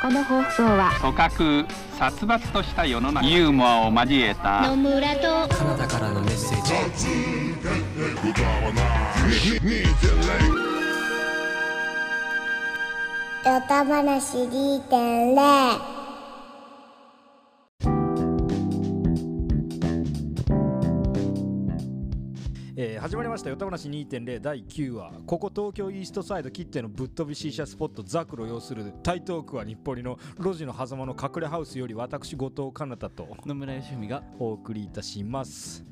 この放送は組閣殺伐とした世の中ユーモアを交えた野村とカナダからのメッセージヨタ話2.0えー始まりました「よたばなし2.0」第9話ここ東京イーストサイド切ってのぶっ飛び C 社スポットザクロ要する台東区は日暮里の路地の狭間の隠れハウスより私後藤かなたと野村義文がお送りいたします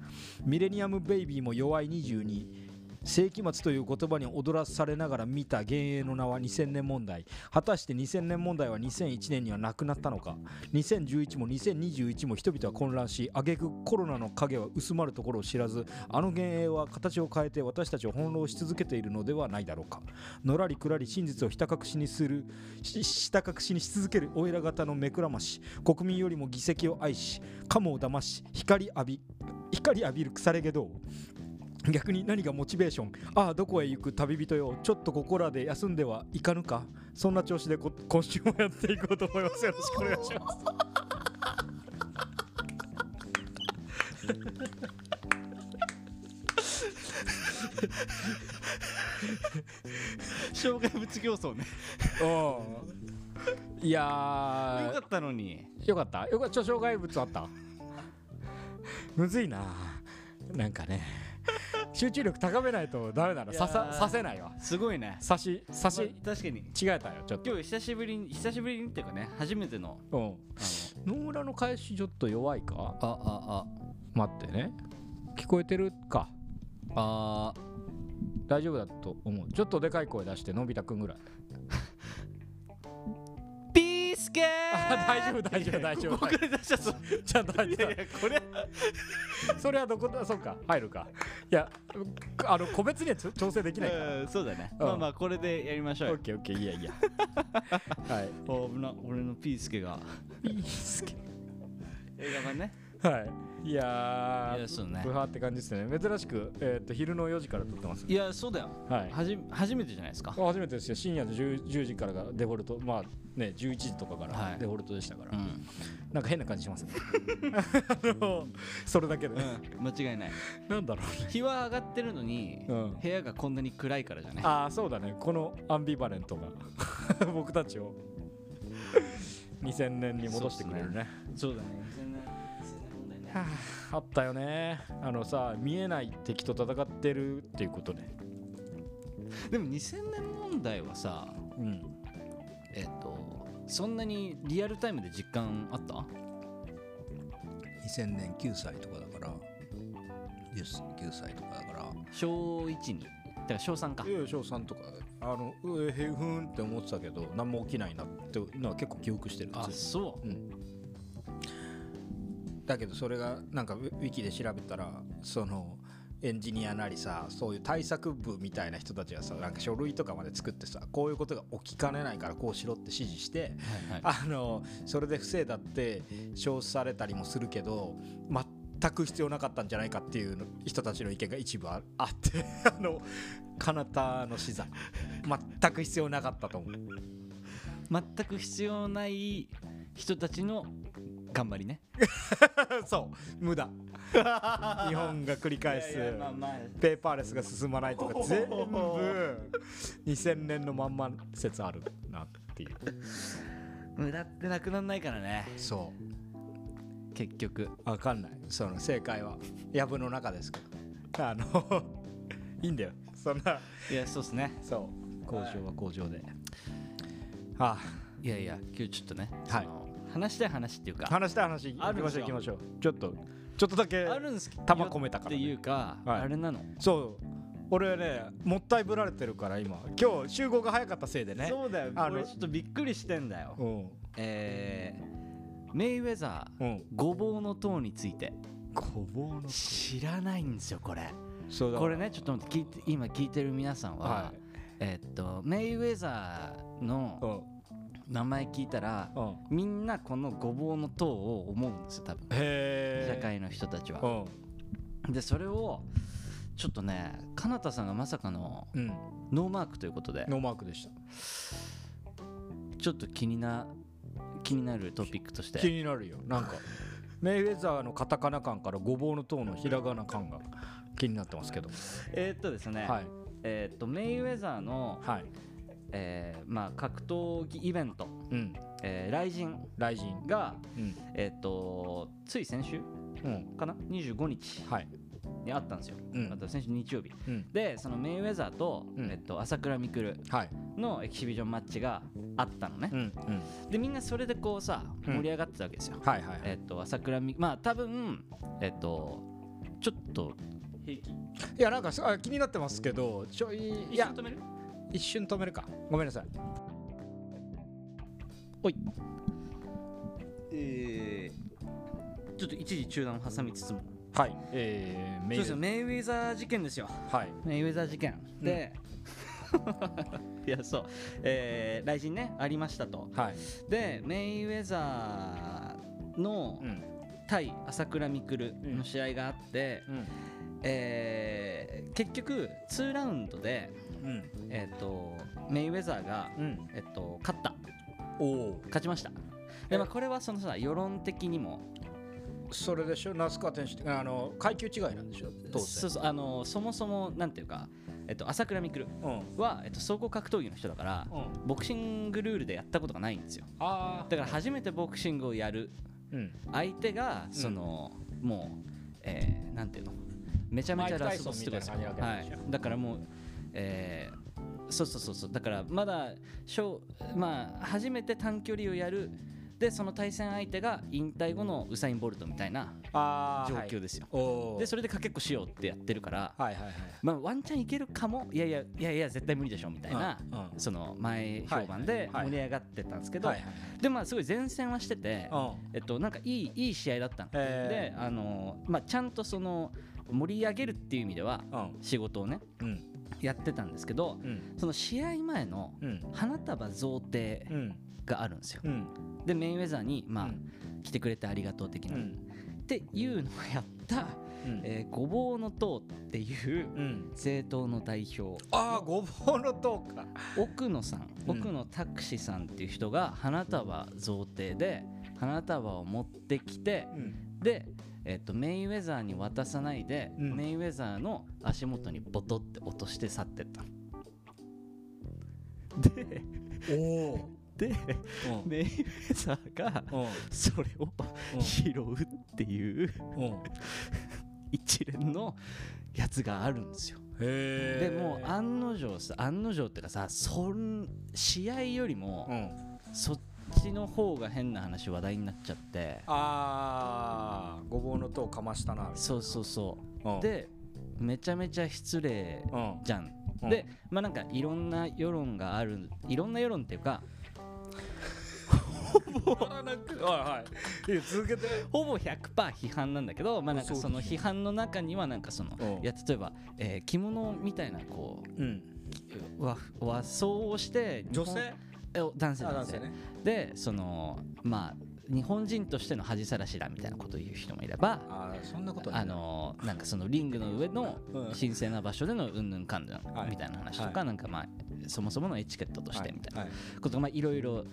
ミレニアムベイビーも弱い22世紀末という言葉に踊らされながら見た幻影の名は2000年問題果たして2000年問題は2001年にはなくなったのか2011も2021も人々は混乱し挙句コロナの影は薄まるところを知らずあの幻影は形を変えて私たちを翻弄し続けているのではないだろうかのらりくらり真実をひた隠しにするしひた隠しにし続けるおいら型の目くらまし国民よりも議席を愛しカモを騙し光浴び光浴びる腐れ毛どう逆に何がモチベーションああどこへ行く旅人よちょっとここらで休んではいかぬかそんな調子でこ今週もやっていこうと思いますよろしくお願いします障害物競争ねうんいよかやったのにーよかったよかった障害物あったむずいななんかね集中力高めないとダメだな刺いやさー刺せないわすごいね刺し刺しまあ確かに違えたよちょっと今日久しぶりに久しぶりにっていうかね初めてのうん野村の返しちょっと弱いかああ待ってね聞こえてるかああ大丈夫だと思うちょっとでかい声出してのび太くん ぐらいピースケー大丈夫大丈夫大丈夫これ出しちゃったちゃんと入っいやいやこれたそれはどこだそうか入るかいやあの個別にはちょ調整できないからうんそうだねうんまあまあこれでやりましょうオよッケーオッケーいや いやはいお危な俺のピースケが映画版ねはいいやいやそうねーブハーって感じですね珍しく、えー、と昼の4時から撮ってますいやそうだよはいはじ初めてじゃないですか初めてですよ深夜の 10, 10時からがデフォルトまあね11時とかかはらいデフォルトでしたから、うんなんか変な感じします ねあのそれだけで、うん間違いないなんだろう日は上がってるのにうん部屋がこんなに暗いからじゃないああそうだねこのアンビバレントが僕たちを2000年に戻してくれるねそうだね全然問題ないはああったよねあのさ見えない敵と戦ってるっていうことねでも2000年問題はさうんえっ、とそんなにリアルタイムで実感あった2000年9歳とかだから9歳とかだから小1にだから小3かいやいや翔さんとかあのうえへふんって思ってたけど何も起きないなっていうのは結構記憶してるんであすよそだけどそれがなんかウウィキで調べたらそのエンジニアなりさそういう対策部みたいな人たちがさなんか書類とかまで作ってさこういうことが起きかねないからこうしろって指示してう、はいはい、あのそれで不正だって称されたりもするけど全く必要なかったんじゃないかっていうの人たちの意見が一部ああって あのかなたの資材全く必要なかったと思う 全く必要ない人たちの頑張りねそう無駄 日本が繰り返すいやいやまあまあペーパーレスが進まないとか全部2000年のまんま説あるなっていう無駄ってなくなんないからねそう結局分かんないその正解はやぶの中ですからあの いいんだよそんないやそうっすねそう工場は工場であいやいや今日ちょっとね、はいあの話したい話っていうか話したい話行あきるんでましょすうよ行きましょうちょっとちょっとだけあるんですけど玉込めたからねっていうか、はいあれなのそう俺ねもったいぶられてるから今今日集合が早かったせいでねうだよあの俺ちょっとびっくりしてんだようんえー、メイウェザー、うんごぼうの塔についてごぼうの知らないんですよこれそうだこれねちょっと待って聞いて今聞いてる皆さんは、はえっとメイウェザーいうんの名前聞いたら、うんみんなこのごぼうの塔を思うんですよ多分へえ社会の人たちうは、んでそれをちょっとねかなたさんがまさかのうんノーマークということでノーマークでしたちょっと気にな気になるトピックとし気てになるよなんかメイフェザーのカタカナ感からごぼうの塔のひらがな感が気になってますけど、えーっとですね、はいえーっとメイウェザーの、はいえーまあ、格闘技イベント、うんえー、ライジン雷神が、うんえーっとつい先週うんかな25日はいにあったんですよ、うんあと先週日曜日うんでそのメイウェザーと,、うんえっと朝倉未来はいのエキシビジョンマッチがあったのねう、んうんでみんなそれでこうさうん盛り上がってたわけですよ、はいはいはいえっと朝倉未来まあ多分えっとちょっと平気いやなんかあ気になってますけどちょいい一緒やに止める一瞬止めるかごめんなさいえー、ちょっと一時中断を挟みつつもはいえー、メそうイウですよメイウェザーェザー事件ですよはいメイウェザー事件で、 いやそうえー、来人ねありましたとはいでメイウェザーのうん対朝倉未来の試合があって、うんえー結局2ラウンドで、うんえー、とメイウェザーが、うんえっと勝ったおお勝ちましたで、まあ、これはそのさ世論的にもそれでしょ那須川天心あの階級違いなんでしょ当そう然そうあのそもそもなんていうか、えっと朝倉未来うんうんは、えっと総合格闘技の人だから、ボクシングルールでやったことがないんですよああだから初めてボクシングをやるうん相手がその、もう、えーなんていうのめちゃめちゃラスボスってことですよマイクタイソンみたいな感はじいなわけでしょ、だからもう、えーそうそうそうそうだからまだしょう、まあ、初めて短距離をやるでその対戦相手が引退後のウサイン・ボルトみたいなああ状況ですよ、おおでそれでかけっこしようってやってるから、はいはいはいまあ、ワンチャンいけるかもいやいやいやいや絶対無理でしょみたいな、うんうんその前評判ではいはい盛り上がってたんですけど、はいはいでまあすごい前線はしてて、はいえっと、なんかいいいい試合だったの、えであの、まあ、ちゃんとその盛り上げるっていう意味ではうん仕事をねうんやってたんですけどうんその試合前のうん花束贈呈うんがあるんですようんでメインウェザーに、まあうん来てくれてありがとう的うな、っんていうのをやった、うんえーごぼうの党っていううん政党の代表ああごぼうの塔か奥野さんうん奥野拓司さんっていう人が花束贈呈で花束を持ってきて、うんで、えっとメインウェザーに渡さないで、うんメインウェザーの足元にボトって落として去ってったのでおおでうんメインウェザーがうそれを拾うっていうんうん 一連のやつがあるんですよへでえもう案の定さ案の定ってかさそん試合よりもんそっちの方が変な話話題になっちゃってああごぼうの塔かましたなそうそうそううんでめちゃめちゃ失礼うんじゃん。うんで、まあなんかいろんな世論がある、いろんな世論っていうか、はいはいいや続けてほぼ100%批判なんだけど、まあなんかそうその批判の中にはなんかその、うんいや例えば、えー着物みたいなこうんう和和装をして日女本性えお男性あ男男性性ねでそのまあ日本人としての恥さらしだみたいなことを言う人もいれば。ああそんなことあのーなんかそのリングの上のうん神聖な場所でのうんぬんかんぬんはいみたいな話とはかなんかまあそもそものエチケットとしてみたいなはいことがまあいろいろ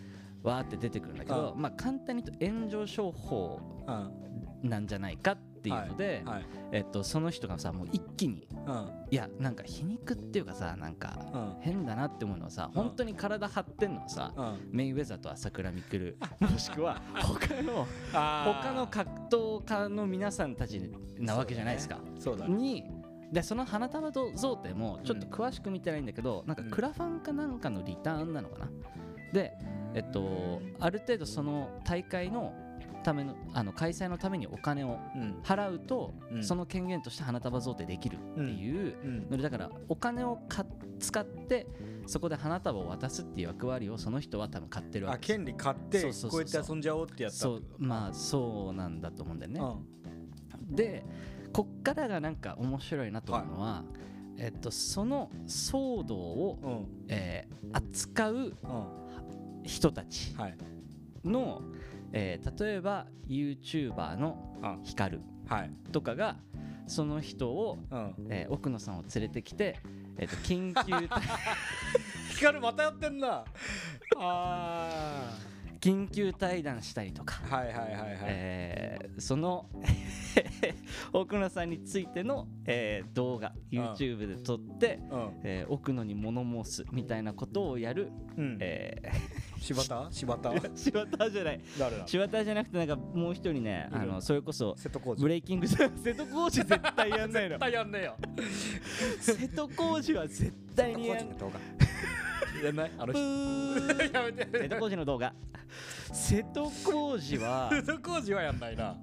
わーって出てくるんだけど、まあ、簡単に言うと炎上商法はいなんじゃないかっていうので、うんはいえっと、その人がさもう一気にうんいやなんか皮肉っていうかさなんかうん変だなって思うのはさうん本当に体張ってんのはさ、うんメインウェザーと朝倉未 来もしくは他のあー他の格闘家の皆さんたちなわけじゃないですか。そうだねにでその花束と贈呈もちょっとうん詳しく見てないんだけど、なんかクラファンかなんかのリターンなのかなでえっとある程度その大会のためのあの開催のためにお金をうん払うと、うんその権限として花束贈呈できるっていううんのでだからお金をか使ってそこで花束を渡すっていう役割をその人は多分買ってるわあけですよ権利買ってそうそうそうそうこうやって遊んじゃおうってやったそうまあそうなんだと思うんだよね、でこっからがなんか面白いなと思うのは、えっと、その騒動を、うんうんえー扱ううん人たちはいの、えー例えば YouTuber のうんヒカルはいとかがその人を、うんえー奥野さんを連れてきて、えーと緊 急光またやってんなあ緊急対談したりとか、はいはいはいはい、えーその 奥野さんについての、えー動画 YouTube で撮って、えー奥野に物申すみたいなことをやる、うん、うんえ柴田柴 田ー、柴田じゃない誰だ柴田じゃなくてなんかもう一人ねあいのるそれこそ瀬戸康ブ史レイキング 瀬戸康史絶対やんないのやんねえよ瀬戸康史は絶対に やん動画 やんないあブの人ーやめて瀬戸康史の動画瀬戸康史 は瀬戸康史はやんないな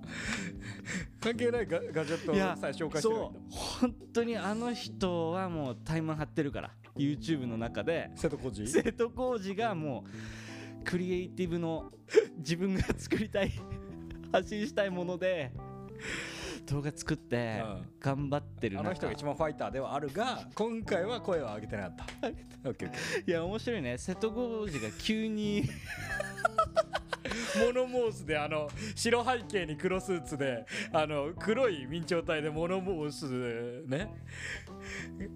関係ないガガジェットいやをさ紹介してるそう本当にあの人はもうタイマン張ってるから YouTube の中で瀬戸康史瀬戸康史がもうクリエイティブの自分が作りたい発信したいもので動画作ってうん頑張ってるあ中の人が一番ファイターではあるが今回は声は上げてなかったオッケーオッケいや面白いね瀬戸康史が急 にーモノモースであの白背景に黒スーツであの黒い明朝体でモノモースね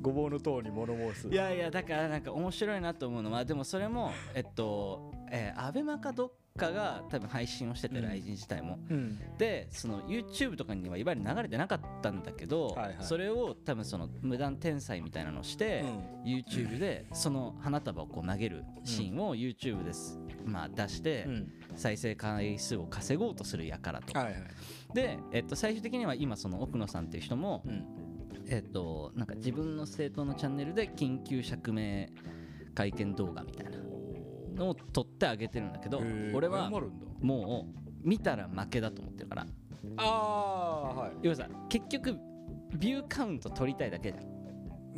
ごぼうの塔にモノモースいやいやだからなんか面白いなと思うのはでもそれもえっと、えー、アベマかどっかが多分配信をしててうん来人自体も、うんでその YouTube とかにはいわゆる流れてなかったんだけど、はいはいそれを多分その無断転載みたいなのをして、YouTube でその花束をこう投げるシーンを YouTube です、まあ、出してうん再生回数を稼ごうとするやからと、はいはいで、えっと、最終的には今その奥野さんっていう人も、うんえっと、なんか自分の政党のチャンネルで緊急釈明会見動画みたいなのを撮ってあげてるんだけど俺は謝るんだもう見たら負けだと思ってるからああはい要はさ結局ビューカウント取りたいだけじゃん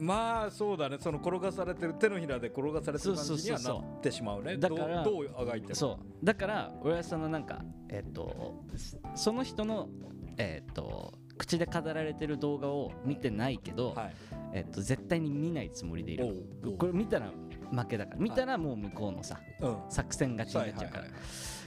まあそうだねその転がされてる手のひらで転がされてる感じそにはうそうなそうそうってしまうねだからどうどうあがいてもそうだから俺はそのなんかえっとそその人のえっと口で語られてる動画を見てないけど、はいえっと絶対に見ないつもりでいるおうこれ見たら負けだから見たらもう向こうのさうん作戦勝ちになっちゃうから、はいいはい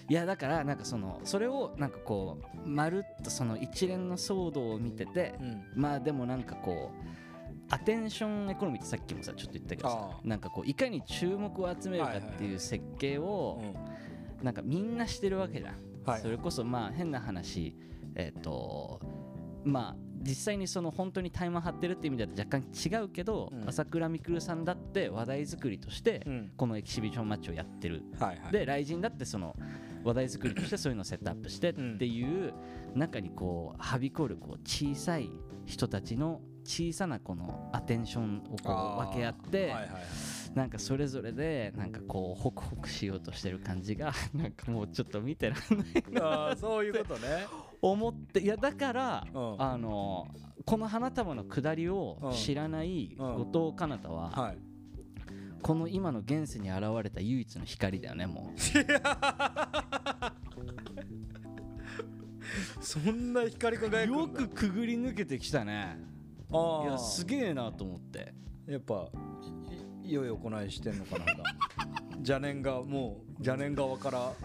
やだからなんかそのそれをなんかこうまるっとその一連の騒動を見てて、うんまあでもなんかこうアテンションエコノミーってさっきもさちょっと言ったけどさああなんかこういかに注目を集めるかっていう設計をうんなんかみんなしてるわけじゃん、はいそれこそまあ変な話えっ、とまあ実際にその本当にタイマー張ってるって意味では若干違うけど、うん朝倉未来さんだって話題作りとしてうんこのエキシビションマッチをやってる、はいはいで雷神だってその話題作りとしてそういうのをセットアップしてっていう中にこうはびこるこう小さい人たちの小さなこのアテンションをこうあー分け合っはて、いはいはいなんかそれぞれでなんかこうホクホクしようとしてる感じが なんかもうちょっと見てらんないああそういうこと ね思っていやだから、うんあのこの花束の下りをうん知らないうん後藤かなたは、はいこの今の現世に現れた唯一の光だよねもうそんな光り輝くんだよくくぐり抜けてきたねいあやあすげえなと思ってやっぱいいよいよ行いしてんのかな まだ邪念がもう邪念側からこ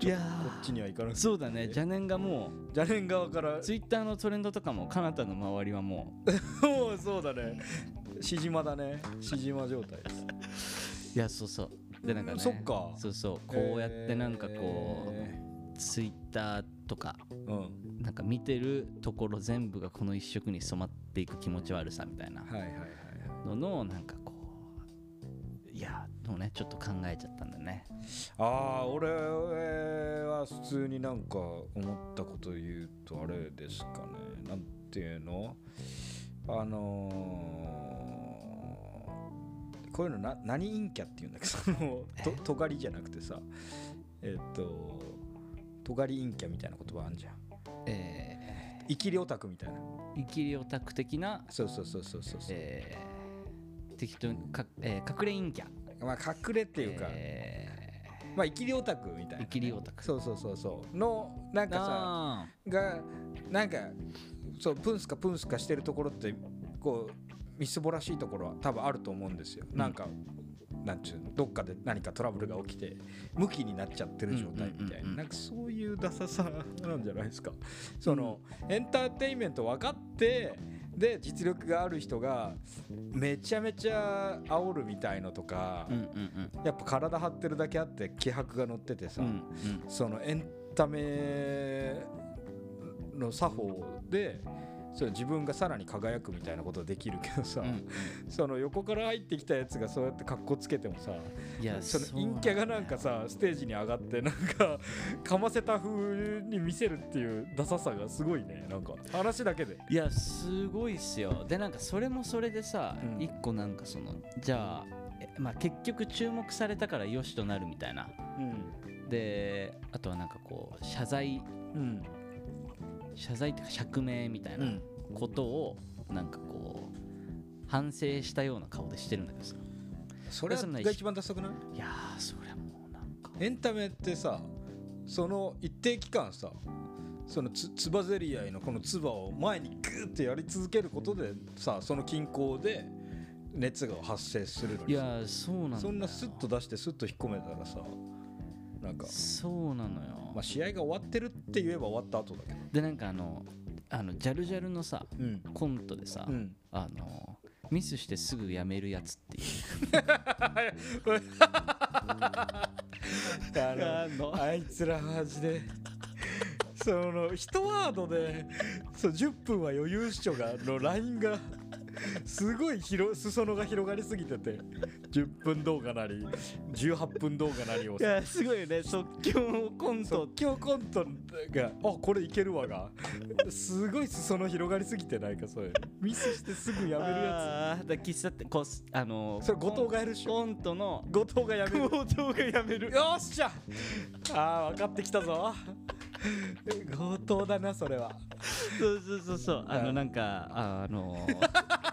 いやっちには行かなくてそうだね邪念がも邪念側からうツイッターのトレンドとかもかなたの周りはもう もうそうだねしじまだねしじま状態ですいやそうそうでなんかねそっかそうそうこうやってなんかこう、えツイッターとかーうんなんか見てるところ全部がこの一色に染まっていく気持ち悪さみたいなはいはいはいはいののなんかこういやでもねちょっと考えちゃったんだねああ俺は普通になんか思ったこと言うとあれですかねなんていうのあのーこういうのな何陰キャっていうんだっけどそのと尖りじゃなくてさえっと尖り陰キャみたいな言葉あんじゃんえ生きりオタクみたいなー、生きりオタク的な、そうそうそうそうそうそうえー、適当にか、えー、隠れ陰キャっまあ隠れっていうか、えまあ生きりオタクみたー、いな、生きりオタクそうそうそうそうのなんかさあがなんかそうプンスカプンスカしてるところってこうみすぼらしいところは多分あると思うんですよ、なんかなんちゅうのどっかで何かトラブルが起きて向きになっちゃってる状態みたいうんうんうんうなんなんかそういうダサさなんじゃないですかそのエンターテインメント分かってで実力がある人がめちゃめちゃ煽るみたいのとか、うんうんやっぱ体張ってるだけあって気迫が乗っててさ、うんうんそのエンタメの作法でそれ自分がさらに輝くみたいなことできるけどさ、うんその横から入ってきたやつがそうやって格好つけてもさいやそのう陰キャがなんかさステージに上がってなんか かませた風に見せるっていうダサさがすごいねなんか話だけで。いやすごいっすよでなんかそれもそれでさ、うん一個なんかそのじゃあえまあ、結局注目されたからよしとなるみたいなうんであとはなんかこう謝罪うん謝罪っていうか釈明みたいなことをなんかこう反省したような顔でしてるんだけどさそれそんなが一番ダサくないいやーそりゃもうなんかエンタメってさその一定期間さそのつつばぜり合いのこのつばを前にグーってやり続けることでさその均衡で熱が発生するのいにやさーそうなのそんなスッと出してスッと引っ込めたらさなんか、そうなのよ、まあ、試合が終わってるって言えば終わった後だけどでなんかあのあのジャルジャルのさうんコントでさ、うんあのミスしてすぐやめるやつっていう あのあのあいつらマジでその一ワードでそう10分は余裕視聴がのラインがすごい広裾野が広がりすぎてて10分動画なり18分動画なりをいやすごいよね即興コント即興コントがあこれいけるわがすごい裾野広がりすぎてないかそれミスしてすぐやめるやあーだから喫茶店こうすあのつそれ後藤がやるっしょコントの後藤がやめる後藤がやめるよっしゃあー分かってきたぞ後藤だなそれはそうそうそうそうあのなんかあの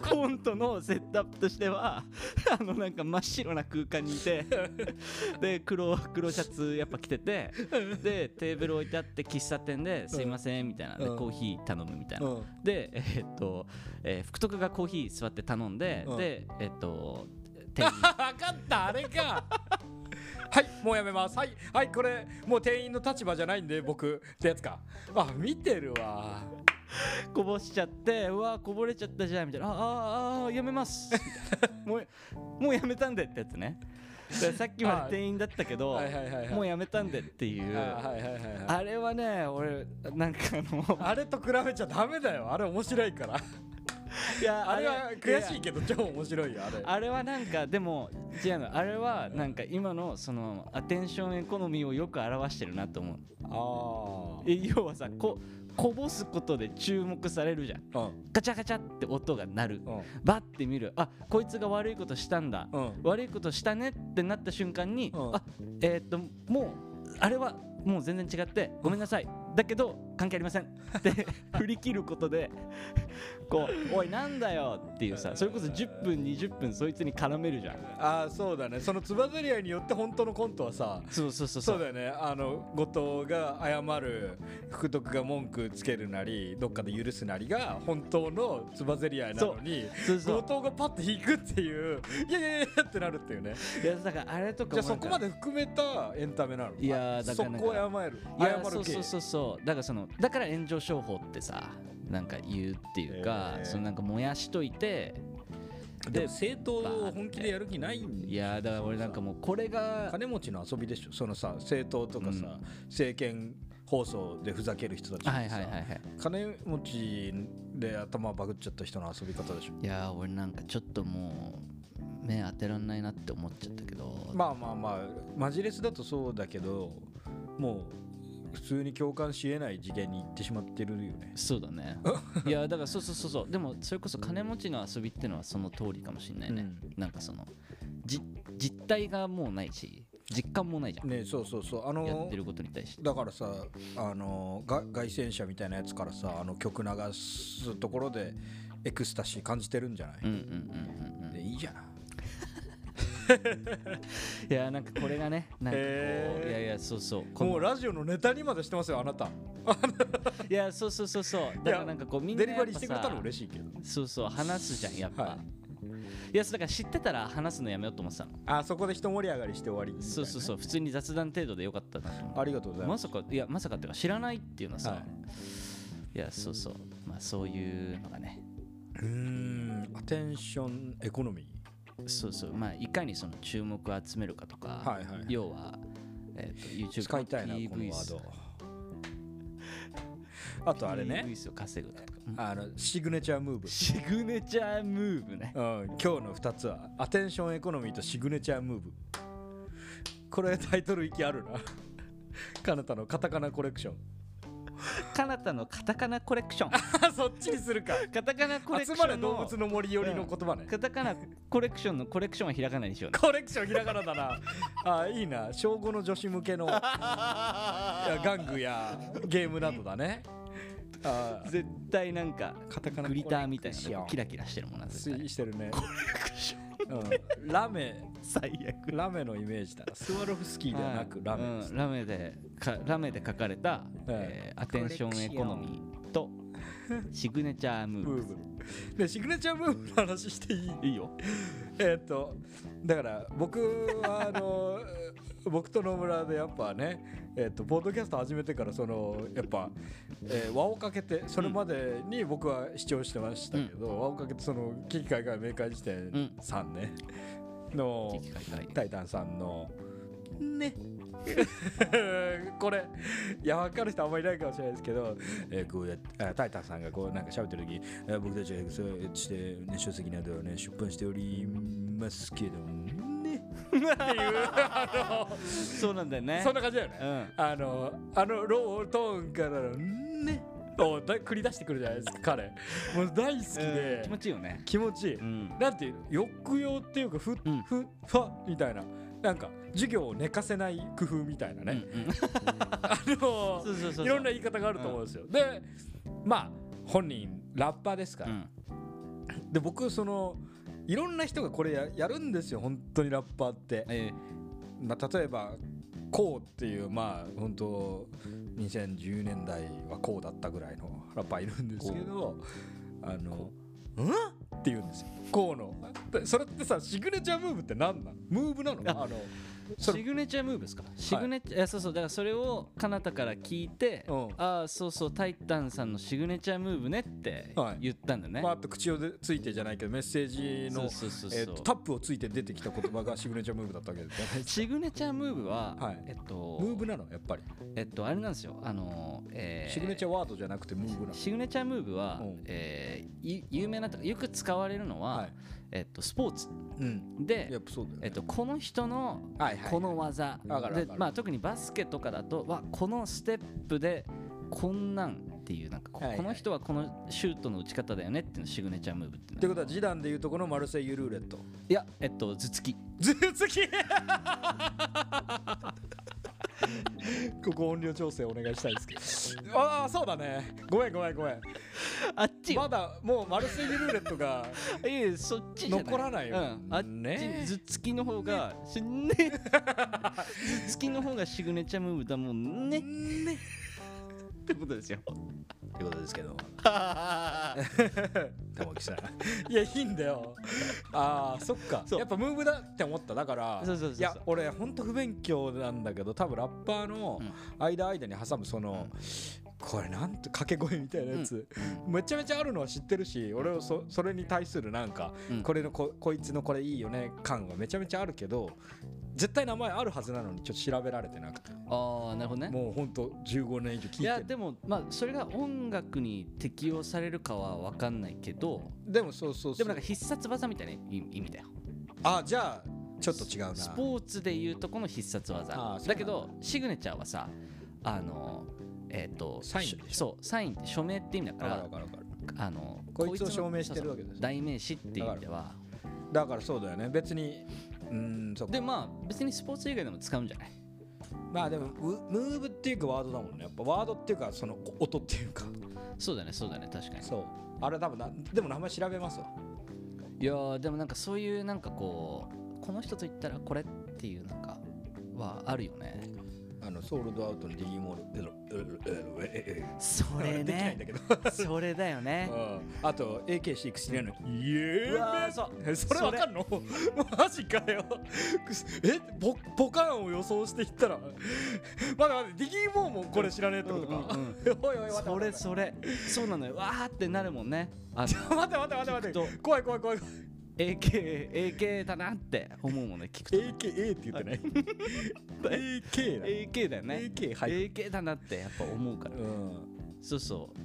コントのセットアップとしては あのなんか真っ白な空間にい てで黒黒シャツやっぱ着ててでテーブル置いてあって喫茶店で「すいません」みたいなでうんコーヒー頼むみたいなうんでえーっと、えー福徳がコーヒー座って頼んで、うんでえーっと店員分かったあれかはいもうやめますはいはいこれもう店員の立場じゃないんで僕ってやつかあ見てるわこぼしちゃってうわーこぼれちゃったじゃんみたいなあああーやめ ますみたいなもうもうやめたんでってやつねでさっきまあーで店員だったけどはいはいはいはいもうやめたんでっていうあはいはいはいはいあれはね俺なんかあの あれと比べちゃダメだよあれ面白いからいやあれは悔しいやけど超面白いよあれあれはなんかでも違うのあれはなんか今のそのアテンションエコノミーをよく表してるなと思うあえ要はさここぼすことで注目されるじゃんうんガチャガチャって音が鳴るうんバッて見るあこいつが悪いことしたんだうん悪いことしたねってなった瞬間に、うんあえーっともうあれはもう全然違ってごめんなさいだけど関係ありませんって 振り切ることでこうおいなんだよっていうさそれこそ10分20分そいつに絡めるじゃんああそうだねそのつばぜり合いによって本当のコントはさそうそうそうそそううだよねあの後藤が謝る福徳が文句つけるなりどっかで許すなりが本当のつばぜり合いなのにそうそ後う藤がパッて引くっていういやいやいやってなるっていうねいやだからあれとかじゃあもなそんこかまで含めたエンタメなのいやーだからなんかそこ謝るいや謝そるうそうそうそうだからそのだから炎上商法ってさなんか言うっていうか、えーそのなんか燃やしといてででも政党を本気でやる気ないんいやーだから俺なんかもうこれが金持ちの遊びでしょそのさ政党とかさ、うん政見放送でふざける人たちがさ、はいはいはいはい金持ちで頭バグっちゃった人の遊び方でしょいやー俺なんかちょっともう目当てらんないなって思っちゃったけど、まあまあまあマジレスだとそうだけどもう普通に共感しえない次元に行ってしまってるよねそうだ ねいやーだからそうそうそうそうでもそれこそ金持ちの遊びってのはその通りかもしんないね、なんかそのじ実態がもうないし実感もないじゃん、ねそうそうそうあやのってることに対してだからさあのが凱旋者みたいなやつからさあの曲流すところでエクスタシー感じてるんじゃないうん、うんうんうんうんでいいじゃないいやーなんかこれがねなんかこう、へーいやいやそうそうこのもうラジオのネタにまでしてますよあなたいやそうそうそうそうだからなんかこうみんなデやリっぱバさリーしてくれたの嬉しいけどそうそう話すじゃんやっぱ、、はいやそうだから知ってたら話すのやめようと思ってたのあそこで一盛り上がりして終わりみたいなそうそうそう普通に雑談程度でよかったなと思ありがとうごうざいまますさかいやまさかっていうか知らないっていうのはさ、、はいやそうそうまあそういうのがねうーんアテンションエコノミーそうそうまあいかにその注目を集めるかとか、はいはい要は、えー、と YouTube 使いたいなこのワードあとあれね PV 数を稼ぐとか、あのシグネチャームーブシグネチャームーブねうん、今日の2つはアテンションエコノミーとシグネチャームーブこれタイトル域あるなカナタのカタカナコレクションカナタのカタカナコレクションあそっちにするかカタカナコレク集ショまンのれ動物の森寄りの言葉ね、カタカナコレクションのコレクションは開かないでし ょうねコレクションひらがなだな あいいな小5の女子向けのいや玩具やゲームなどだねあ絶対なんかカタカナグリターみたいコレクショなンキラキラしてるもんな絶対推移してるねコレクション、うん、ラメ最悪ラメのイメージだスワロフスキーではなくはいラメですうん、ラメでかラメで書かれた、えーアテンションエコノミーとシグネチャームームブーブでシグネチャームーブの話していいいいよえーっとだから僕はあの 僕と野村でやっぱねえーっとポッドキャスト始めてからそのやっぱ、えー輪をかけてそれまでに僕は視聴してましたけど、輪をかけてその危機開会明快時点んさんね、の機械会タイタンさんのね これいや分かる人あんまりいないかもしれないですけど、えーこうやっあタイタンさんがこうなんか喋ってる時えー僕たちはそうして、ね、書籍などをね出版しておりますけどねっていうあそうなんだよねのそんな感じだよ ね、うんあのあのロートーンからのねをだ繰り出してくるじゃないですか彼もう大好きうんで気持ちいいよね気持ちいい、うんなんていうの抑揚っていうかふ、うんふふわみたいななんか授業を寝かせない工夫みたいなね、うんうんあのそうそうそうそういろんな言い方があると思うんですよ、でまあ本人ラッパーですから、うんで僕そのいろんな人がこれややるんですよ本当にラッパーって、えまあ、例えばこうっていうまあ本当2010年代はこうだったぐらいのラッパーいるんですけどあの「うん?」って言うんですよこうのでそれってさシグネチャームーブって何なのムーブなのあのーそれシグネチャームーブですかシグネチャー、いやそうそうだからそれを彼方から聞いて、うんああそうそうタイタンさんのシグネチャームーブねってはい言ったんだね、まあ、あと口をでついてじゃないけどメッセージそのうそうそうそうえっとタップをついて出てきた言葉がシグネチャームーブだったわけ ですよねシグネチャームーブは、はいえっとムーブなのやっぱりえっとあれなんですよあのー、えーシグネチャーワードじゃなくてムーブなのシグネチャームーブは、うんえーゆ有名なとかよく使われるのは、はいえっと、スポーツうんでやっぱそうだよえっねと、この人のはいはいはいこの技、わかるわかでるまあ、特にバスケとかだとわこのステップでこんなんっていうなんかこ,、はいはいこの人はこのシュートの打ち方だよねっていうのシグネチャームーブっていうとのいうことは示談でいうとこのマルセイユルーレットいやえっと頭突 き頭突きここ音量調整お願いしたいですけどああそうだねごめんごめんごめんあっちよまだもうマルセイユルーレットがいやいやそっちじゃない残らないようん、あっちね頭突きの方がしね頭突きの方がシグネチャームーブだもんねねってことです よってことですけ ど玉木さんいやいいんだよあーそっかそうやっぱムーブだって思っただからそうそうそうそうや俺ほんと不勉強なんだけど多分ラッパーの間間に挟むその、これなんて掛け声みたいなやつ、めちゃめちゃあるのは知ってるし俺はそそれに対するなんか、うんこれのここいつのこれいいよね感はめちゃめちゃあるけど絶対名前あるはずなのにちょっと調べられてなくてああなるほどねもうほんと15年以上聞いているやでもまあそれが音楽に適用されるかは分かんないけどでもそうそうそうでもなんか必殺技みたいな意意味だよあじゃあちょっと違うなスポーツでいうとこの必殺あ技ーそうなんだだけどシグネチャーはさあのえっ、とサインでしょしそうサインって署名って意味だかわからるわかるわかるあのこいつをの証明してるわけでそうそすう代名詞っていう意味ではだからそうだよね別にうーんそっかでまあ別にスポーツ以外でも使うんじゃないまあでもうムーブっていうかワードだもんねやっぱワードっていうかそのお音っていうかそうだねそうだね確かにそうあれ多分なでも名前調べますわいやーでもなんかそういうなんかこうこの人と言ったらこれっていうなんかはあるよねうあのソールドアウトのディギモンエロエロエロエロエロそれできないんだけね どそれだよねうんあと AK69 の「イエうーわーそうえそれわかんの マジかよ くすえポポカーンを予想していったら まだまだディギーボーもこれ知らねえってことか、うんうんおいおい待てそ待れてそれそうなのよわーってなるもんねあの待て待て待て待て待聞て怖い怖い怖い怖い AK, AK だなって思うもんね聞くと AKA って言ってない AK だ AK だよね AK はい AK だなってやっぱ思うからうんそうそう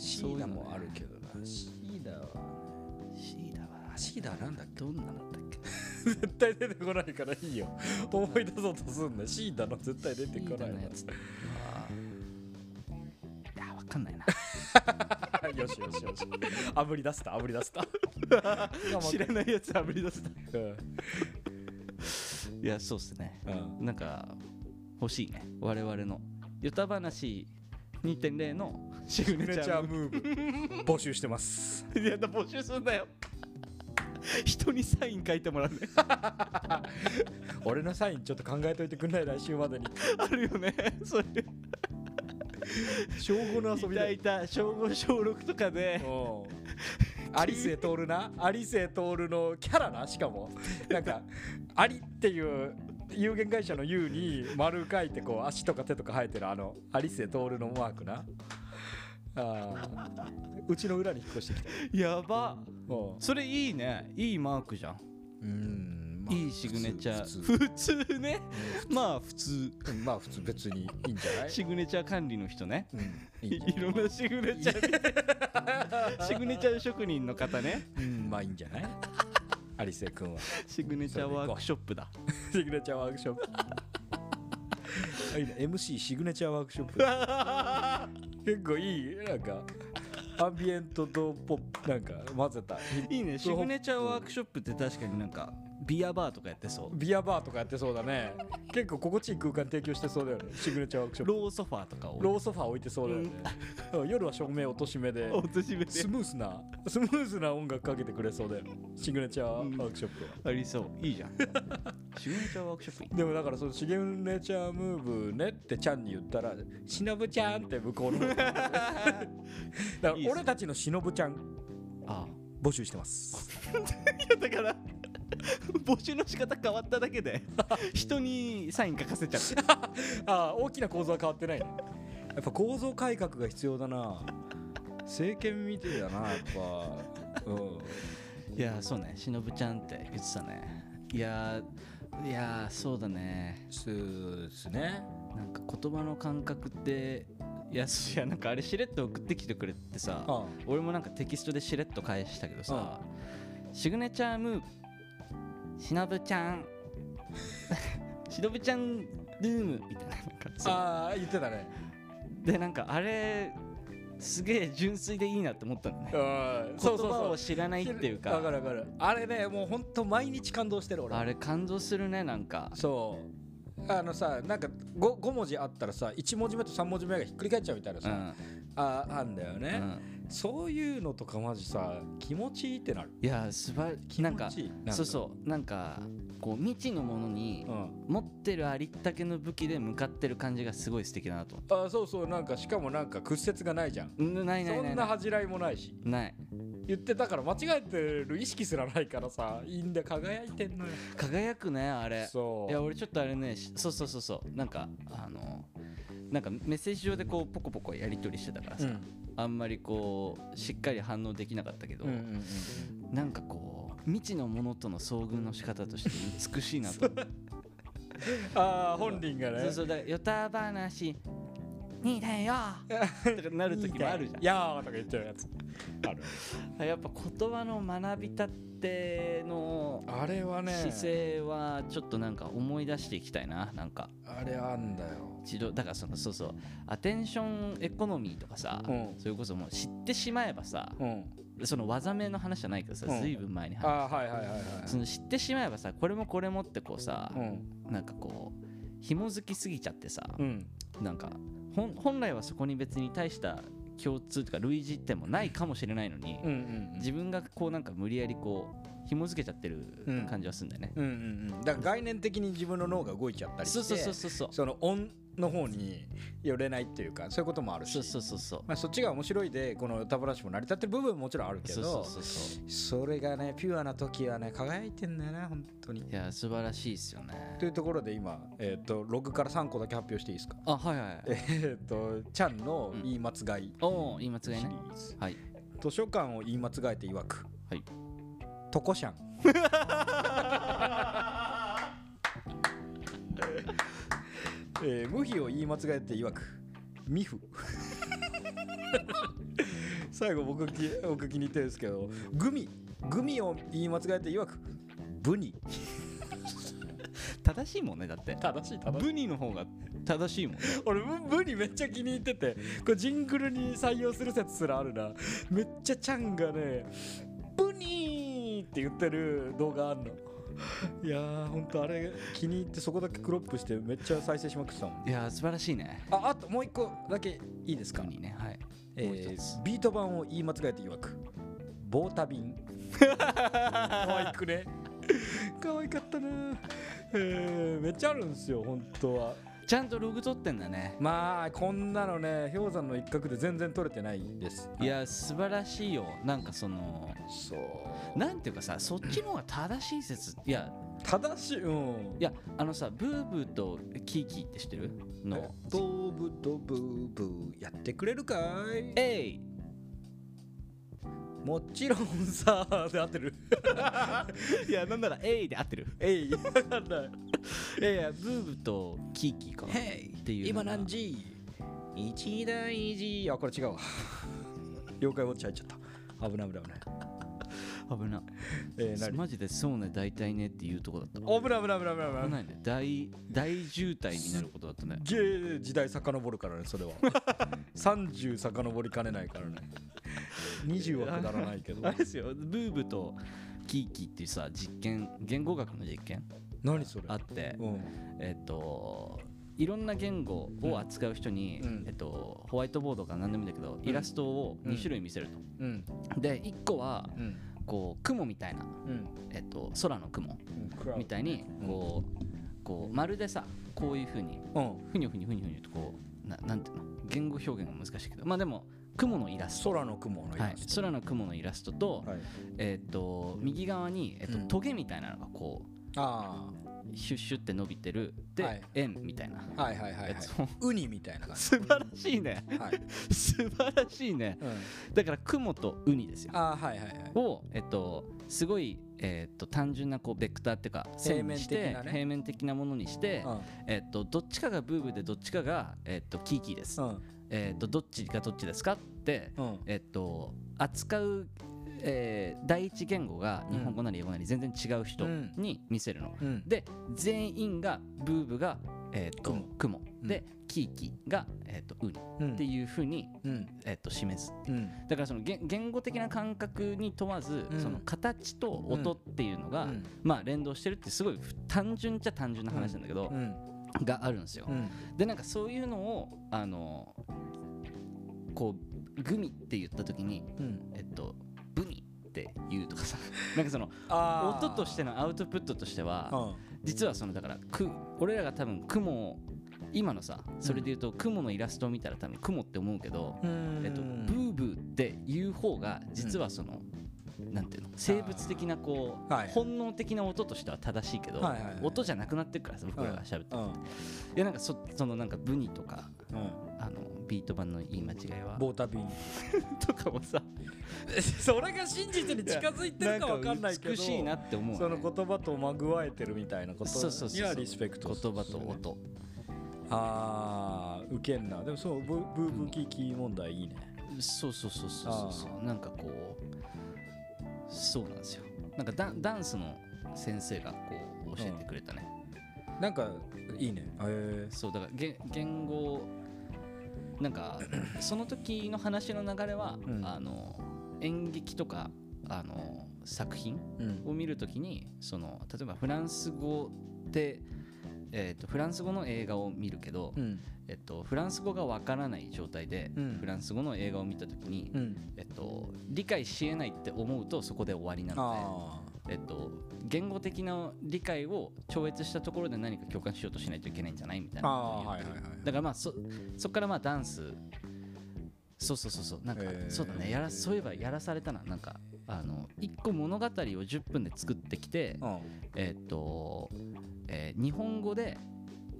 シーダもあるけどなシーダはシーダはシーダはなんだっけどんなのだっけ絶対出てこないからいいよ思い出そうとすんな C だの絶対出てこなシいーダわのやつあーいやわかんないなよしよしよし炙り出した炙り出した知らないやつあぶり出すうんいやそうっすねうんなんか欲しいね我々のヨタ話2.0のシグミネネチチャャーームーブ募集してますいやだ募集すんだよ人にサイン書いてもらうね俺のサインちょっと考えといてくんない来週までにあるよね それ小5の遊びいただいよた小5小6とかでうんアリセトールなアリセトールのキャラなしかもなんかアリっていう有限会社の U に丸書いてこう足とか手とか生えてるあのアリセトールのマークなあーうちの裏に引っ越してきたやばうんそれいいねいいマークじゃんうんまあいいシグネチャー普通普通ねまあ普通うんまあ普通別にいいんじゃないシグネチャー管理の人ねうんいいいいろんなシグネチャー見 てシグネチャー職人の方ねうんまあいいんじゃないアリセ君はシグネチャーワークショップだシグネチャーワークショップいいね MC シグネチャーワークショップ結構いいなんかアンビエントとポップなんか混ぜたいいねシグネチャーワークショップって確かになんかビアバーとかやってそうビアバーとかやってそうだね結構心地いい空間提供してそうだよねシグネチャーワークショップローソファーとかをローソファー置いてそうだよね、うん夜は照明落としめでお年めスムースなスムースな音楽かけてくれそうだよシグネチャーワークショップは、ありそうい いじゃんシグネチャーワークショップいいでもだからそのシグネチャームーブねってちゃんに言ったら「しのぶちゃん」って向こうの方 がだからいいっすね俺たちのしのぶちゃんあ募集してますあだから 募集の仕方変わっただけで 人にサイン書かせちゃうああ大きな構造は変わってないねやっぱ構造改革が必要だな政権みてえだなやっぱうんいやーそうねしのぶちゃんって言ってたねいやーいやーそうだねそうですねなんか言葉の感覚っていやいやなんかあれしれっと送ってきてくれてさあ俺もなんかテキストでしれっと返したけどさ、シグネチャームーブしのぶちゃん しのぶちゃんルームみたいななんかそうああ言ってたねでなんかあれすげえ純粋でいいなって思ったのねうん言葉を知らないっていうわかかるわかるあれねもうほんと毎日感動してる俺あれ感動するねなんかそうあのさなんか 5, 5文字あったらさ1文字目と3文字目がひっくり返っちゃうみたいなうさ、ん、ああんだようね、ん、そういうのとかマジさ気持ちいいってなるいやすば気なん持かちいいなんかそうそうなんかこう未知のものにうん持ってるありったけの武器で向かってる感じがすごい素敵だなと思っあそうそうなんかしかもなんか屈折がないじゃんたうんないないそないんなない恥じらいもないしない言ってたから間違えてる意識すらないからさいいんだよ輝いてんのよ輝くねあれそいうや俺ちょっとあれねしそうそうそうそうなんかあのなんかメッセージ上でこうポコポコやり取りしてたからさ、うんあんまりこうしっかり反応できなかったけど、うんうんなんかこう未知のものとの遭遇の仕方として美しいなと思ってああ本人がね そうそうだから「よた話にだよ」とかなる時もあるじゃんいやーとか言っちゃうやつあるやっぱ言葉の学びたってのあれはね姿勢はちょっとなんか思い出していきたいななんかあれあんだよ一度だからそのそうそうアテンションエコノミーとかさ、うんそれこそもう知ってしまえばさうんその技名の話じゃないけどさ、うんずいぶん前に話あーはいはいはいはいその知ってしまえばさこれもこれもってこうさ、うんなんかこう紐づきすぎちゃってさ、うんなんかほん本来はそこに別に大した共通とか類似点もないかもしれないのに、うんうん自分がこうなんか無理やりこう紐付けちゃってる感じはするんだよね、うんうんうん、だから概念的に自分の脳が動いちゃったりしてそうそうそうそうそうそのオンの方に寄れないっていうかそういうこともあるしそうそうそうそうまあ、そっちが面白いでこの歌話も成り立ってる部分ももちろんあるけそうどそうそうそそれがねピュアな時はね輝いてんだよな本当にういや素晴らしいですよねというところで今、えっとログから3個だけ発表していいですかあはいはいえっとちゃんのうん言い間違いおお言い間違いシリねーズ、はい図書館を言い間違えて曰くはいとこしゃんえー、無比を言い間違えて曰くミフ最後僕き僕気に入ってるんですけどグミグミを言い間違えて曰くブニ正しいもんねだって正しいブニの方が正しいもんね俺ブブニめっちゃ気に入っててこれジングルに採用する説すらあるなめっちゃちゃんがねブニーって言ってる動画あんのいやーほんとあれ気に入ってそこだけクロップしてめっちゃ再生しまくってたもんいや素晴らしいねああともう一個だけいいですかブ、ニねはいえもう一ーつビート版を言い間違えて曰く棒タビン 可愛くね可愛かったな、えーめっちゃあるんですよ本当はちゃんとログ取ってんだねまあこんなのね氷山の一角で全然取れてないですいや素晴らしいよなんかそのそうなんていうかさそっちの方が正しい説いや正しいうんいやあのさブーブーとキーキーって知ってるのドブドブブーやってくれるかいえいもちろんさで合ってる いやなんならえいで合ってるえいわかんないいやいやブーブーとキーキーかなへいっていうの今が何時一大事あこれ違う わ妖怪ウォッチ入っちゃった危ない危ない危ない危なえー、何マジでそうね大体ねっていうとこだった危ない危ない危ない危な危い危ないないね大大渋滞になることだったねゲー時代遡るからねそれは30遡りかねないからね20はくだらないけどあれですよブーブとキーキーっていうさ実験言語学の実験何それあってうんえっといろんな言語を扱う人に、うんえっと、ホワイトボードか何でもいいんだけど、イラストを2種類見せると、うんで1個はうんこう雲みたいな、うんえっと、空の雲うんみたいにこうこうまるでさこういうふうにうんふにょふにょふにょふにょとこうななんていうの言語表現が難しいけどまあでも雲のイラスト空の雲のイはラいス、空の雲のイラストと,、トはいえっと右側に、えっとうんトゲみたいなのがこうあシュッシュって伸びてるで、はい円みたいなあはいはいはやいはいつをウニみたいな感素晴らしいねじはい 素晴らしいねうんだから雲とウニですよああはいはいはいを、えっと、すごい、えっと単純なこうベクターっていうか線にして平面的なね平面的なものにして、えっとどっちかがブーブーでどっちかが、えっとキーキーです、うんえっとどっちがどっちですかって、うんうんえっと扱う、えー第一言語が日本語なり英語なり全然違う人うんに見せるの、うんで全員がブーブーが、えっと雲雲うんで、キーキーが、えっとウニうんっていうふうに、うんえっと示すうんだからその言言語的な感覚に問わず、うんその形と音っていうのが、うんまあ、連動してるってすごいふ単純っちゃ単純な話なんだけど、うんがあるんですよ、うんでなんかそういうのをあのこうグミって言った時にうんえっとブニって言うとか さなんかそのあ音としてのアウトプットとしてうはん実はそのだからく俺らが多分雲を今のさそれで言うと雲のイラストを見たら多分雲って思うけど、うんえっと、ブーブーって言う方が実はその、なんていうの生物的なこう、はい本能的な音としては正しいけど、はいはいはい音じゃなくなってくからさ僕らが喋って、ういんやなんかそそのなんかブニとかうんあのビート版の言い間違いは棒旅とかもさ それが真実に近づいてるかわかんないけど美しいなって思う、ね、その言葉とまぐわえてるみたいなこそうそとうそうにはリスペクト言葉と音ああ受けんなでもそうブブーブーキーキー問題いいねそうそうそうそうそうそうなんかこうそうなんですよなんかダンダンスの先生がこう教えてくれたね、なんかいいねへそうだから言言語なんかその時の話の流れは、うんあの演劇とかあの作品えうんを見るときにその例えばフランス語で、えー、とフランス語の映画を見るけど、うんえっと、フランス語がわからない状態で、うんフランス語の映画を見たときに、うんえっと、理解しえないって思うとそこで終わりなのでああえっと、言語的な理解を超越したところで何か共感しようとしないといけないんじゃないみたいなことを言ってるあーはいはいはいはいだからまあそそっからまあダンスそうそうそうそうなんか、へーそうだねやらそういえばやらされたななんかあの一個物語を10分で作ってきて、うんえっと、えー日本語で、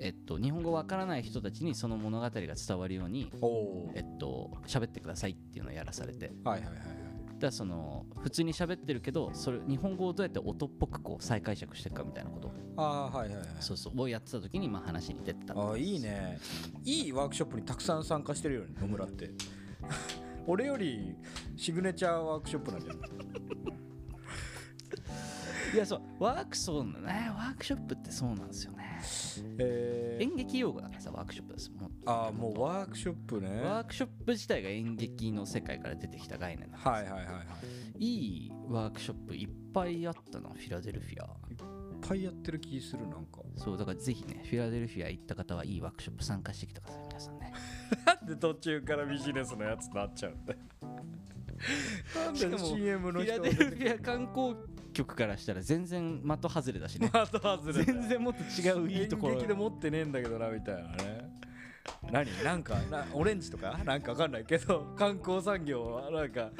えっと、日本語わからない人たちにその物語が伝わるように、おおえっと喋ってくださいっていうのをやらされてだかはいはいはいらその普通に喋ってるけどそれ日本語をどうやって音っぽくこう再解釈していくかみたいなことああーはいはいはいそうそうをやってた時にまあ話に出てたあーいいねいいワークショップにたくさん参加してるよね野村って 俺よりシグネチャーワークショップなんだよいやそうワークそうなんだねワークショップってそうなんですよねえー、演劇用語だからさワークショップですもうああもうワークショップねワークショップ自体が演劇の世界から出てきた概念だはいはいはいはいいいワークショップいっぱいあったなフィラデルフィアいっぱいやってる気するなんかそうだからぜひねフィラデルフィア行った方はいいワークショップ参加してきてください皆さんねなんで途中からビジネスのやつになっちゃうんだよなんしかでも CM フのィラ人デルフィア観光局からしたら全然的外れだしねアと外れ全然もっと違ういいところ演劇で持ってねえんだけどなみたいなね何なんかなオレンジとかなんかわかんないけど 観光産業はなんか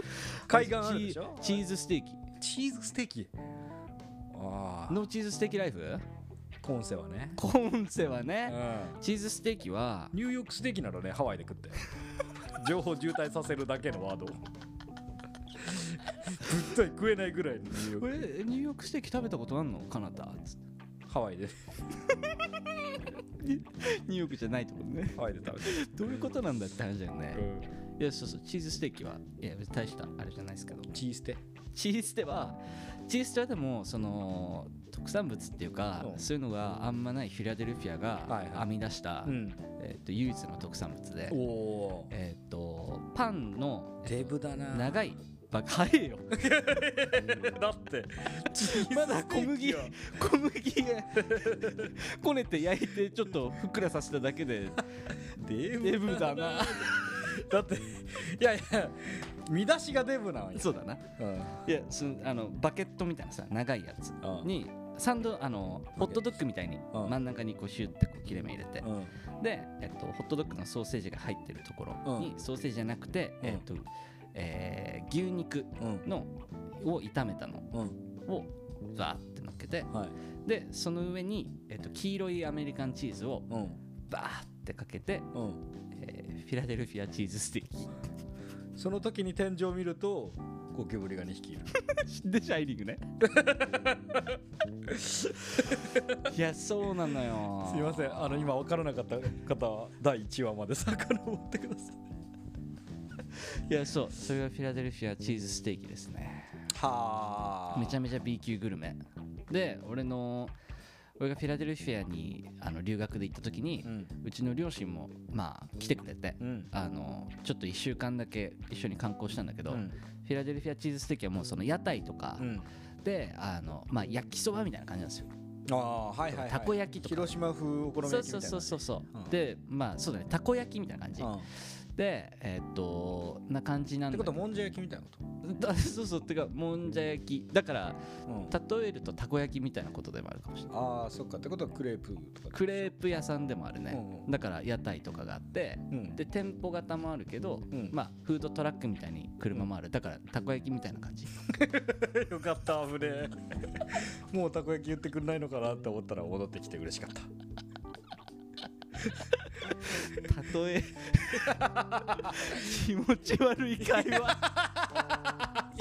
海岸あるでしょチーチーズステーキチーズステーキああノーチーズステーキライフコンセはね、コンセはうねん、チーズステーキはニューヨークステーキならねハワイで食って情報渋滞させるだけのワードをぶっとい食えないぐらいのニューヨこークれニューヨークステーキ食べたことあんのカナダつってハワイで ニューヨークじゃないと思うねハワイで食べてどういうことなんだって話だよねる、いやそうそうチーズステーキはいや別に大したあれじゃないですけどチーズテチーステはチーステはでもその特産物っていうか、うんそういうのがあんまないフィラデルフィアがはいはい編み出した、うんえっと唯一の特産物でお、おえっとパンのデブだな長いバカ 早いよ だって まだ小 麦小麦が こねて焼いてちょっとふっくらさせただけ でデブデブだな だっていやいや見出しがデブなんやそうだなうんいやそのあのバケットみたいなさ長いやつうんにサンドあのホットドッグみたいにうん真ん中にこうシュッてこう切れ目入れてうんで、えっと、ホットドッグのソーセージが入ってるところに、うソーセージじゃなくて、うんえっとえー牛肉うんのを炒めたのうんをバーって乗っけてはいでその上に、えっと、黄色いアメリカンチーズをうんバーってかけて、うんえーフィラデルフィアチーズステーキその時に天井を見るとゴキブリが2匹 いるでシャイニン グねいやそうなのよすいませんあの今分からなかった方は第1話まで遡ってくださいいやそうそれがフィラデルフィアチーズステーキですねはめちゃめちゃ B 級グルメで俺の俺がフィラデルフィアにあの留学で行った時に、ううんちの両親もまあ来てくれて、うんあのちょっと1週間だけ一緒に観光したんだけど、うんフィラデルフィアチーズステーキはもうその屋台とかうんで、あのまあ、焼きそばみたいな感じなんですよああはいはい、はい、たこ焼きとか広島風お好みそう焼きみたいそなうそうそうそう、うんでまあそうだねたこ焼きみたいな感じ、うんっでえーっとな感じなんてだこけとどはもんじゃ焼きみたいなこと、だ そうそうってかもんじゃ焼きだからうん例えるとたこ焼きみたいなことでもあるかもしれないああそっかってことはクレープとかクレープ屋さんでもあるね、うんうんだから屋台とかがあって、うんで店舗型もあるけど、うんまあフードトラックみたいに車もあるだからたこ焼きみたいな感じよかった危ねえ もうたこ焼き言ってくんないのかなって思ったら戻ってきて嬉しかった例え気持ち悪い会 話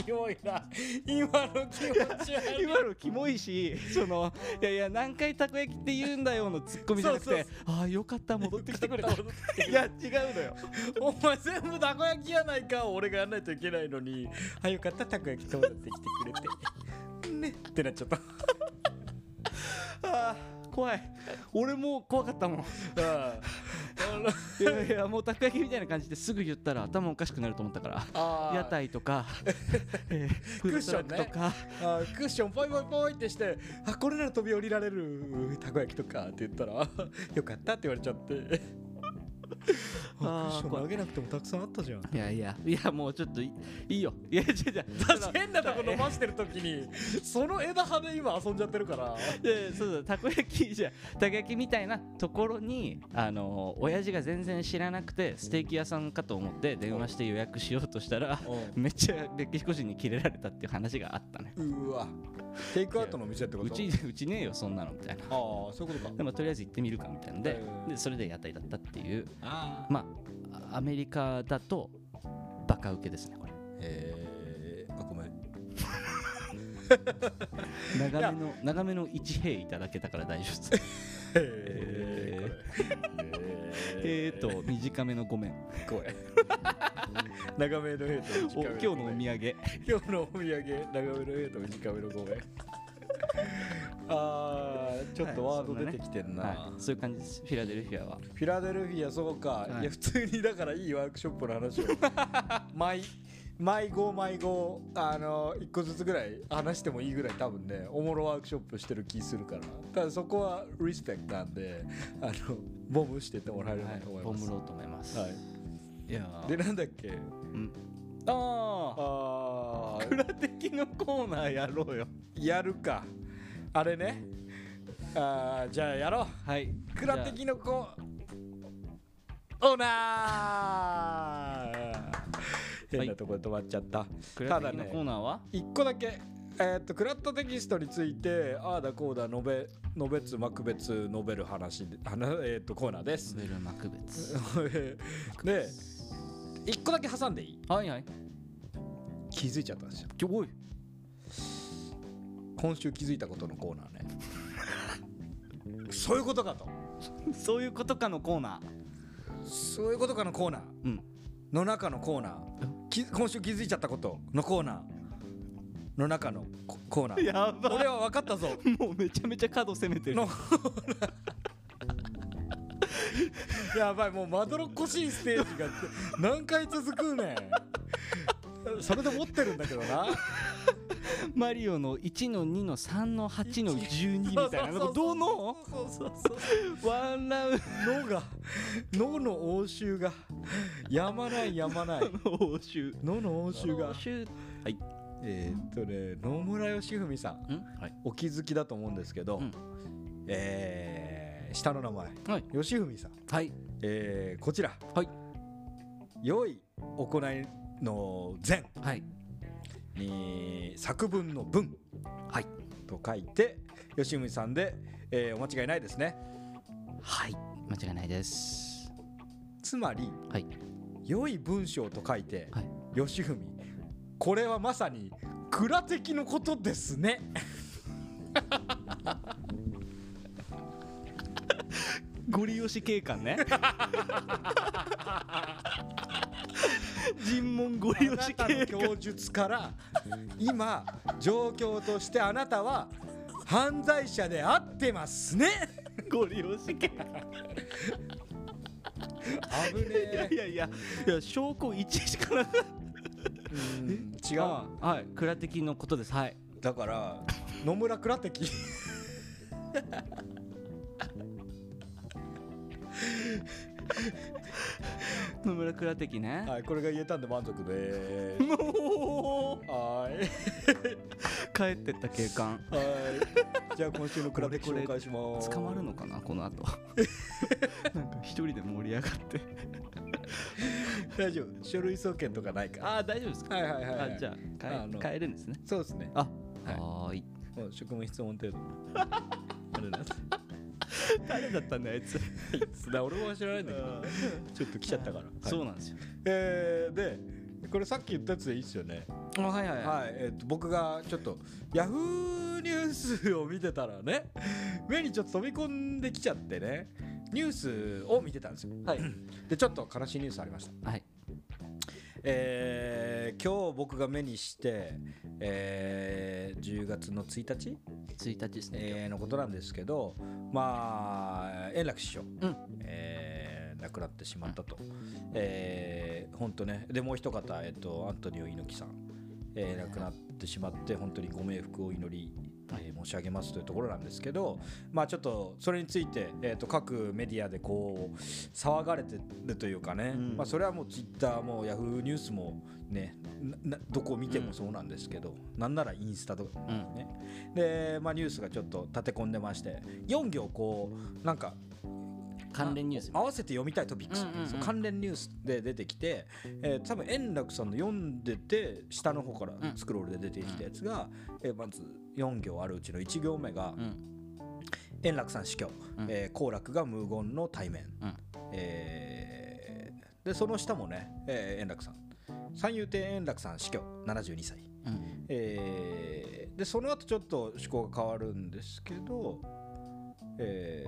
キモいな今の気持ち悪い今のキモいしそのいやいや何回たこ焼きって言うんだよのツッコミじゃなくてそうそうああよかった戻ってきてくれたよかっいや違うのよお前全部たこ焼きやないか俺がやらないといけないのにあよかったたこ焼き戻ってきてくれてねってなっちゃった あー怖い俺もう怖かったもんあ いやいやもうたこ焼きみたいな感じですぐ言ったら頭おかしくなると思ったからあー屋台と か、えー、フードトラックとか、あークッションポイポイポイってしてあこれなら飛び降りられ るたこ焼きとかって言ったらあよかったって言われちゃってクッション投怖いげなくてもたくさんあったじゃんいやいやいやもうちょっといいいよいや違う違うだって 変なとこ伸ばしてる時にその枝葉で今遊んじゃってるからでそうだたこ焼きじゃたこ焼きみたいなところにあの親父が全然知らなくてステーキ屋さんかと思って電話して予約しようとしたらめっちゃメキシコ人にキレられたっていう話があったねうわテイクアウトの店ってことうちうちねえよそんなのみたいなああそういうことかでもとりあえず行ってみるかみたいなんでうんでそれで屋台だったっていうあまあアメリカだとバカウケですねこれえー、あごめん長めの長めの一兵いただけたから大丈夫ですえーえ えーと短めのごめんー、ごめん長めのヘイトお短め今日ののおご土産めん今日のお土産長めのヘイト短めのごめんあーちょっとはいワーそドんな出ねてきてんな、はい、そういう感じですフィラデルフィアはフィラデルフィアそうか、いい、や普通にだからいいワークショップの 話を毎毎号毎号あの一個ずつぐらい話してもいいぐらい多分ねおもろワークショップしてる気するからただそこはリスペクトなんであのボムしてってもらえればと思いボまムす、ろうと思います、はいい、やーでなんだっけうんあああ裏的のコーナーやろうよーやるかあれねあーじゃあやろうはいクラテキのコオーナー変なとこで止まっちゃった、クラたテキのだねコーナーは、一個だけえーっとクラットテキストについてああだこうだ述べ述べつ幕別述べる話で話えーっとコーナーです スベルマクベツで一個だけ挟んでいいはいはい気づいちゃったんですよちょおい今週気づいたことのコーナーねそういうことかとそういうことかのコーナそういうことかのコーナーーうんの中のコーナーき今週気づいちゃったことのコーナーの中のココーナーやば俺は分かったぞ もうめちゃめちゃ角攻めてるのやばいもうまどろっこしいステージが 何回続くねん それで持ってるんだけど なマリオの1の2の3の8の12みたいなそうそうそうどのそうそうそうワンラウン脳が脳の応酬がやまないやま ないドの応酬脳の応酬が応酬はいえーっとね野村義文さんんはいお気づきだと思うんですけど、うんえー下の名前、はい吉文さん、はいえーこちら、はい良い行いの善はいに作文の文はいと書いて吉文さんで、えーお間違いないですねはい間違いないですつまりはい良い文章と書いて、はい吉文これはまさに蔵的のことですねゴリ押し警官ね尋問ゴあリな押したの警官供述から今状況としてあなたは犯罪者であってますねゴリ押し警官危ねいやいやいやいや証拠1しかなかった違うはい蔵的のことですはいだから野村倉的野村蔵的ねはいこれが言えたんで満足でもうすはい帰ってった警官はいじゃあ今週の倉的これ紹介します捕まるのかなこの 後なんか一人で盛り上がって大丈夫書類送検とかないからああ大丈夫ですかはいはいはいはいあじゃあああ帰の帰れるんですねそうですねあはいはーいもう職務質問程度 あれなんです誰だったんだあいつ だ俺は知らないんだけどちょっと来ちゃったから、はいそうなんですよえー、でこれさっき言ったやつでいいっすよねあはいはいははい、えっと僕がちょっとヤフーニュースを見てたらね目にちょっと飛び込んできちゃってねニュースを見てたんですよいはい でちょっと悲しいニュースありましたはいえー、今日僕が目にして、えー、10月の1日、 1日ですねえーのことなんですけどまあ円楽師匠、うんえー亡くなってしまったと、えー、本当ねでもう一方、えっとアントニオ猪木さん、えー亡くなってしまって本当にご冥福を祈りえー申し上げますというところなんですけど、まあ、ちょっとそれについて、えー、と各メディアでこう騒がれてるというかね、うんまあ、それはもうツイッターもヤフーニュースもねななどこを見てもそうなんですけど、なんならインスタとかうんね、で、まあ、ニュースがちょっと立て込んでまして4行こうなんか関連ニュース合わせて読みたいトピックス、うんうんうんそう関連ニュースで出てきて、えー多分円楽さんの読んでて下の方からうんスクロールで出てきたやつが、えーまず4行あるうちの1行目がうん「円楽さん死去」うんえー好楽が無言の対面」うんえーでその下もね、えー円楽さん三遊亭円楽さん死去72歳。うんえーでその後ちょっと趣向が変わるんですけど「え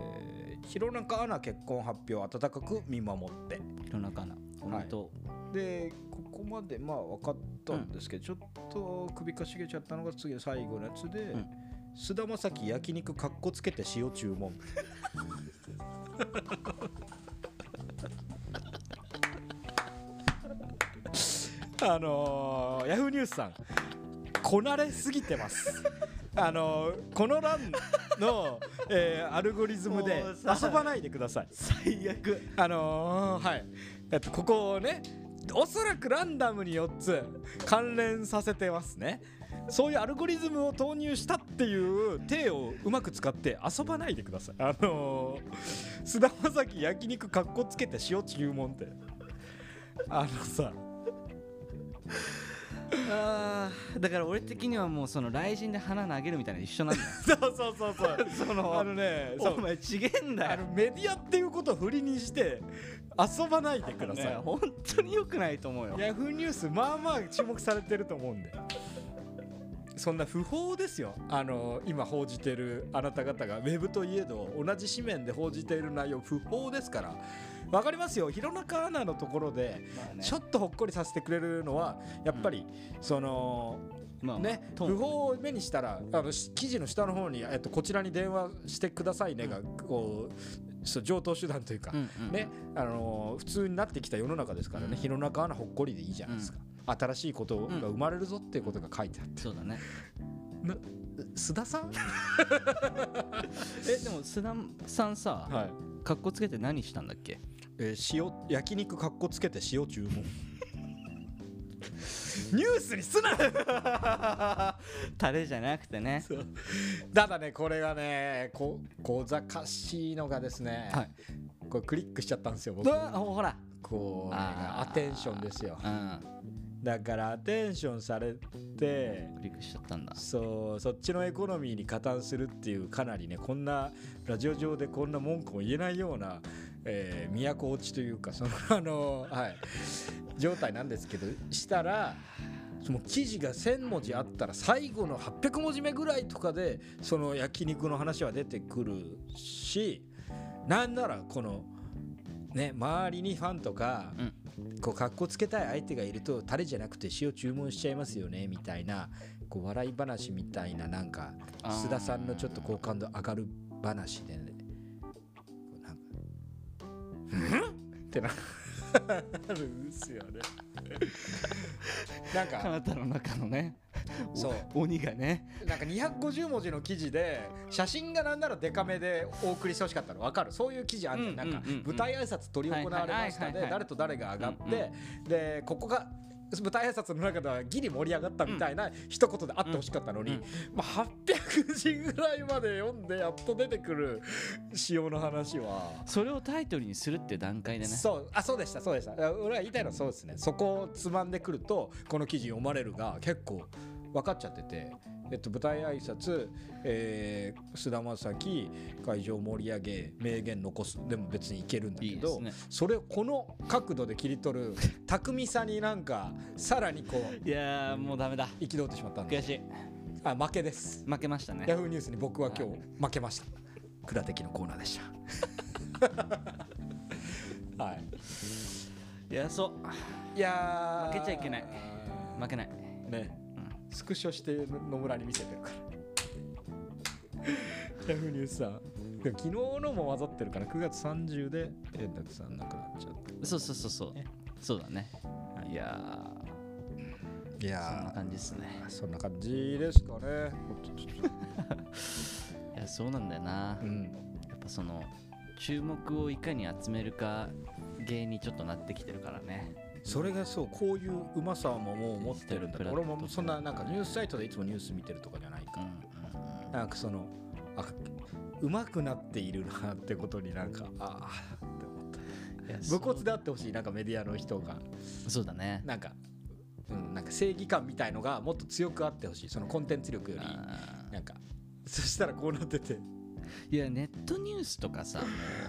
ー、弘中アナ結婚発表温かく見守って弘中アナおめでと」でここまでまあ分かったんですけど、ちょっと首かしげちゃったのが次の最後のやつでうん「菅、田将暉焼肉かっこつけて塩注文」 あのー、ヤフーニュースさんこなれすぎてます。あのーこの欄の、えーアルゴリズムでもうさ遊ばないでください。最悪あのー、はい、えっと、ここをね、おそらくランダムに4つ関連させてますね。そういうアルゴリズムを投入したっていう手をうまく使って遊ばないでください。あのー、菅田将暉焼肉かっこつけて塩注文って。あのさ、あーだから俺的にはもうその雷神で花投げるみたいなの一緒 なんだよそうそうそうそう、 そのあのね、そうお前ちげえんだあよのメディアっていうことを振りにして遊ばないでください。ね本当に良くないと思うよヤフーニュースまあまあ注目されてると思うんでそんな不法ですよあの今報じてるあなた方がウェブといえど同じ紙面で報じている内容不法ですからわかりますよ弘中アナのところでまあねちょっとほっこりさせてくれるのはやっぱり、そのまあまあね、とも不法を目にしたらあのし記事の下の方に、えっと、こちらに電話してくださいねが、こうそう上等手段というか、うんうんねあのー普通になってきた世の中ですからね、うん日の中アナほっこりでいいじゃないですか、新しいことが生まれるぞっていうことが書いてあって、そうだねな須田さん、えでも須田さんさはいかっこつけて何したんだっけえー塩焼肉かっこつけて塩注文 ニュースにすな タレじゃなくてねただねこれがねこ小ざかしいのがですね、はいこれクリックしちゃったんですよ僕あほほらこうねあーアテンションですようんだからアテンションされてクリックしちゃったんだそうそっちのエコノミーに加担するっていうかなりねこんなラジオ上でこんな文句を言えないような、えー都落ちというかそのあのはい状態なんですけどしたらその記事が1,000文字あったら最後の800文字目ぐらいとかでその焼肉の話は出てくるしなんならこの。ね、周りにファンとか、こう格好つけたい相手がいるとタレじゃなくて塩注文しちゃいますよねみたいなこう笑い話みたいななんかあー須田さんのちょっと好感度上がる話でねこうなんか 「ん?」ってななるんですよね。 なあん かなたの中のねおそう鬼がねなんか250文字の記事で写真がなんならデカめでお送りしてほしかったの分かるそういう記事あんねんなんかうんうんうんうん舞台挨拶取り行われましはたいはいはいではい誰と誰が上がっうんてでここが舞台挨拶の中ではギリ盛り上がったみたいな一言であってほしかったのうにん、まあ、800字ぐらいまで読んでやっと出てくる塩の話は。それをタイトルにするっていう段階でねそうあそうでしたそうでしたあ俺は言いたいのはそうですねそこをつまんでくるとこの記事読まれるが結構分かっちゃってて、えっと、舞台挨拶、えー、菅田将暉会場盛り上げ名言残すでも別にいけるんだけいいでどすねそれをこの角度で切り取る巧みさになんかさらにこういやーもうダメだ憤ってしまったん悔でしいあ負けです負けましたねヤフーニュースに僕は今日負けました。倉的のコーナーでした。 はい。いやそういやー負けちゃいけない負けないね、スクショして野村に見せてるからヤフーニュースさんでも昨日のも混ざってるから9月30で円楽さん亡くなっちゃっそうそうそうそうそうだねいやたそんないや感じですねーそんな感じですかね。いやそうなんだよなうん、やっぱその注目をいかに集めるか芸にちょっとなってきてるからねそれがそうこういううまさももう持ってるんだプラット俺もそんななんかニュースサイトでいつもニュース見てるとかじゃないかうんら、なんかそのあうまくなっているなってことになんかああって思ったうんいや武骨であってほしいなんかメディアの人がそうそうだねなんか、うん、なんか正義感みたいのがもっと強くあってほしいそのコンテンツ力よりあなんかそしたらこうなっててーいやネットニュースとかさ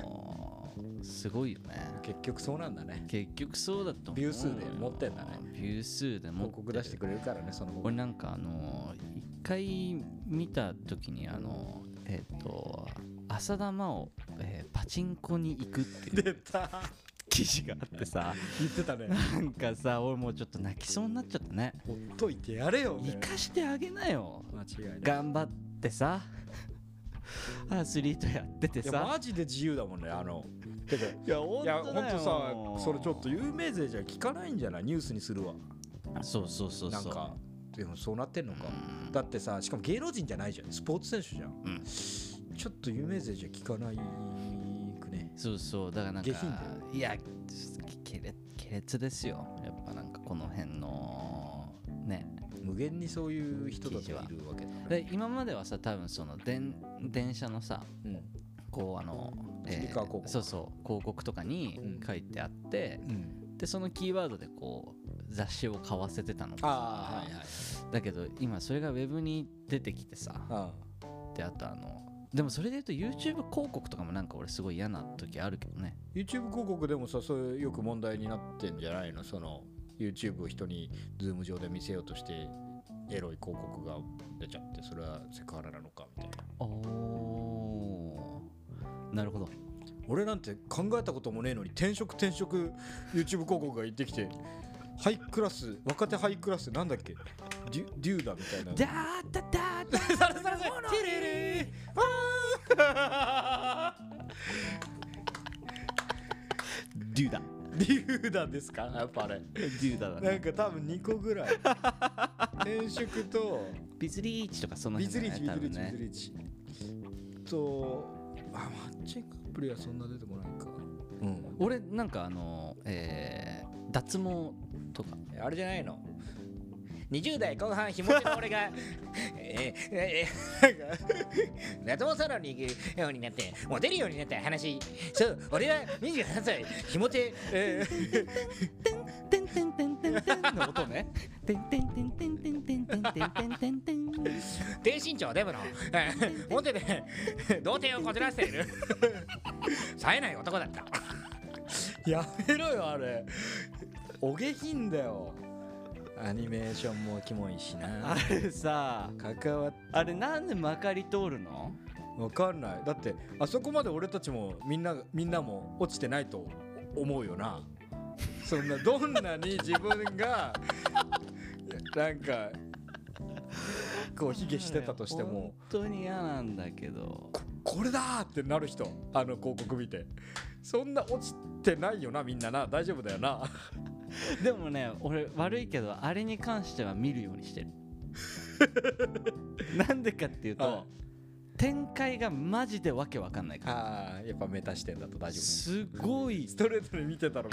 もうすごいよね結局そうなんだね結局そうだと思うビュー数で持ってんだねビュー数で持報って告出してくれるからねその俺なんかあのー一回見た時にあのーえっ、と浅田真央、えーパチンコに行くって いう出た記事があってさ言ってたねなんかさ俺もうちょっと泣きそうになっちゃったねほっといてやれよ、ね生、かしてあげなよ間違いない頑張って さアスリートやってていやさマジで自由だもんねあのてかいやほいやほんとさそれちょっと有名税じゃ聞かないんじゃないニュースにするわそうそうそうなそうんかでもそうなってんのかだってさしかも芸能人じゃないじゃんスポーツ選手じゃん、うんちょっと有名税じゃ聞かないくねそうそうだからなんか下品だいやけれ亀裂ですよやっぱなんかこの辺のね無限にそういう人たちがい記るわけだからで今まではさ多分その電電車のさうんこうあの、スピーカー広告そうそう広告とかにうん書いてあって、うん、でそのキーワードでこう雑誌を買わせてたのああはいはいだけど今それがウェブに出てきてさあであとあのでもそれで言うと YouTube 広告とかもなんか俺すごい嫌な時あるけどね YouTube 広告でもさそういうよく問題になってんじゃないのその YouTube を人に Zoom 上で見せようとしてエロい広告が出ちゃってそれはセクハラなのかみたいなおおなるほど俺なんて考えたこともねえのに転職転職 YouTube 広告が言ってきてハイクラス若手ハイクラスなんだっけデュデューだみたいなダーダダーダーデューダデューだですかやっぱあれデューダだなねんか多分2個ぐらい転職とビズリーチとかそのビ辺ズだねリーチビズリーチ多分ビねズリーチとあマッチングアプリはそんな出てこないかうん俺なんかあのえー脱毛とかあれじゃないの20代後半ひもちの俺がえーえーなんか夏もサロンに行くようになってモテるようになった話そう俺は28歳ひもち、えーてんてんてんてんてんの音ね。てんてんてんてんてんてんてんてんてんてんてん。低身長デブのえーモテで童貞をこじらせている冴えない男だったやめろよあれお下品だよアニメーションもキモいしあなれさ、関わっあれなんでまかり通るの？わかんないだってあそこまで俺たちもみんなみんなも落ちてないと思うよなそんなどんなに自分が なんかこう卑下してたとしても本当に嫌なんだけど。ここれだーってなる人あの広告見てそんな落ちてないよなみんなな大丈夫だよなでもね、俺悪いけどあれに関しては見るようにして る。なんでかっていうはと、展開がマジでわけわかんないから。あーやっぱメタ視点だと大丈夫すごいストレートで見てたら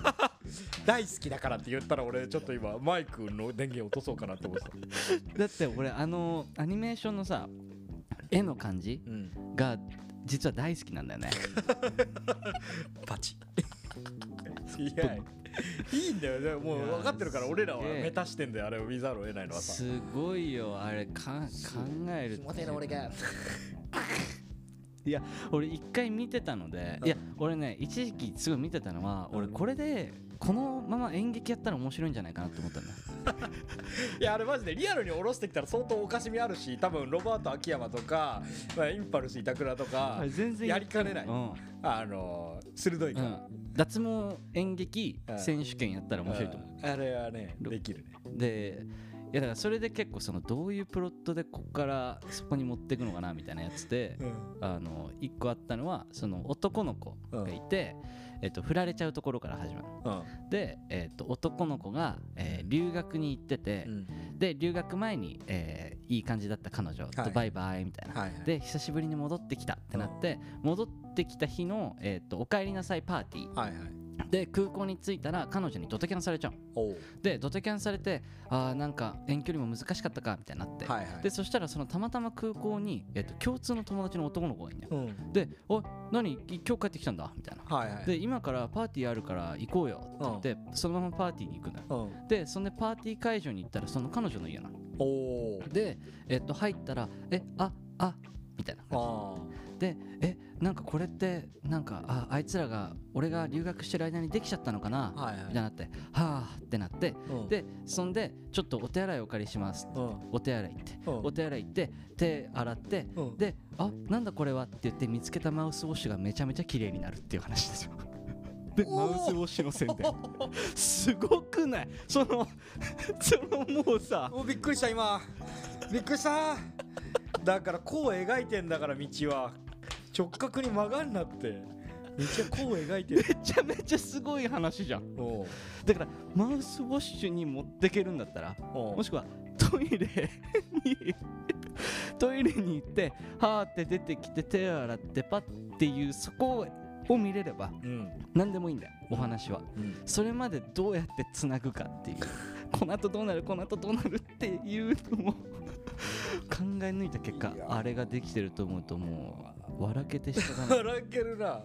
大好きだからって言ったら俺ちょっと今マイクの電源落とそうかなって思ってた、だって俺あのアニメーションのさ絵の感じうん、が実は大好きなんだよねパチいやいいんだよでももう分かってるからいや俺らはすげえメタ視点であれを見ざるを得ないのはさすごいよあれか考えるといや俺一回見てたのでいや俺ね一時期すごい見てたのは俺これでこのまま演劇やったら面白いんじゃないかなと思ったんだいやあれマジでリアルに下ろしてきたら相当おかしみあるし多分ロバート秋山とか、まあ、インパルス板倉とか全やりかねない、うん、あの鋭いかうら、ん、脱毛演劇うん選手権やったら面白いと思うんあれはねろできるねうでいやだからそれで結構そのどういうプロットでここからそこに持っていくのかなみたいなやつでうんあの一個あったのはその男の子がいて、えっと、振られちゃうところから始まるで、えっと、男の子が、えー留学に行ってて、うんで留学前に、えーいい感じだった彼女はといバイバイみたいな、はいはいで久しぶりに戻ってきたってなって、戻ってきた日の、えっとお帰りなさいパーティはいはいーで空港に着いたら彼女にドタキャンされちゃうおうでドタキャンされてあーなんか遠距離も難しかったかみたいになって、はいはいでそしたらそのたまたま空港に、えっと共通の友達の男の子がいるんだようんで「おい何今日帰ってきたんだ」みたいなはいはいで今からパーティーあるから行こうよって言ってそのままパーティーに行くんだようんでそんでパーティー会場に行ったらその彼女の家なのおおうでえっと入ったら「えああみたいな感じあでえなんかこれってなんかああいつらが俺が留学してる間にできちゃったのかな、あはいはみたいいになってはあってなってうんでそんでちょっとお手洗いお借りしますうんお手洗い行ってうんお手洗い行って手洗ってうんであなんだこれはって言って見つけたマウスウォッシュがめちゃめちゃ綺麗になるっていう話ですよでマウスウォッシュの宣伝 すごくないそのそのもうさおびっくりした今びっくりしただからこう描いてんだから道は直角に曲がんなって道はこう描いてるめちゃめちゃすごい話じゃんおうだからマウスウォッシュに持ってけるんだったらおうもしくはトイレに トイレに行ってはーって出てきて手を洗ってパッっていうそこを見れればうん何でもいいんだよお話はうんそれまでどうやってつなぐかって いうこの後どうなるこの後どうなるっていうのを 考え抜いた結果いやーあれができてると思うともう笑けてしかがない笑けるなや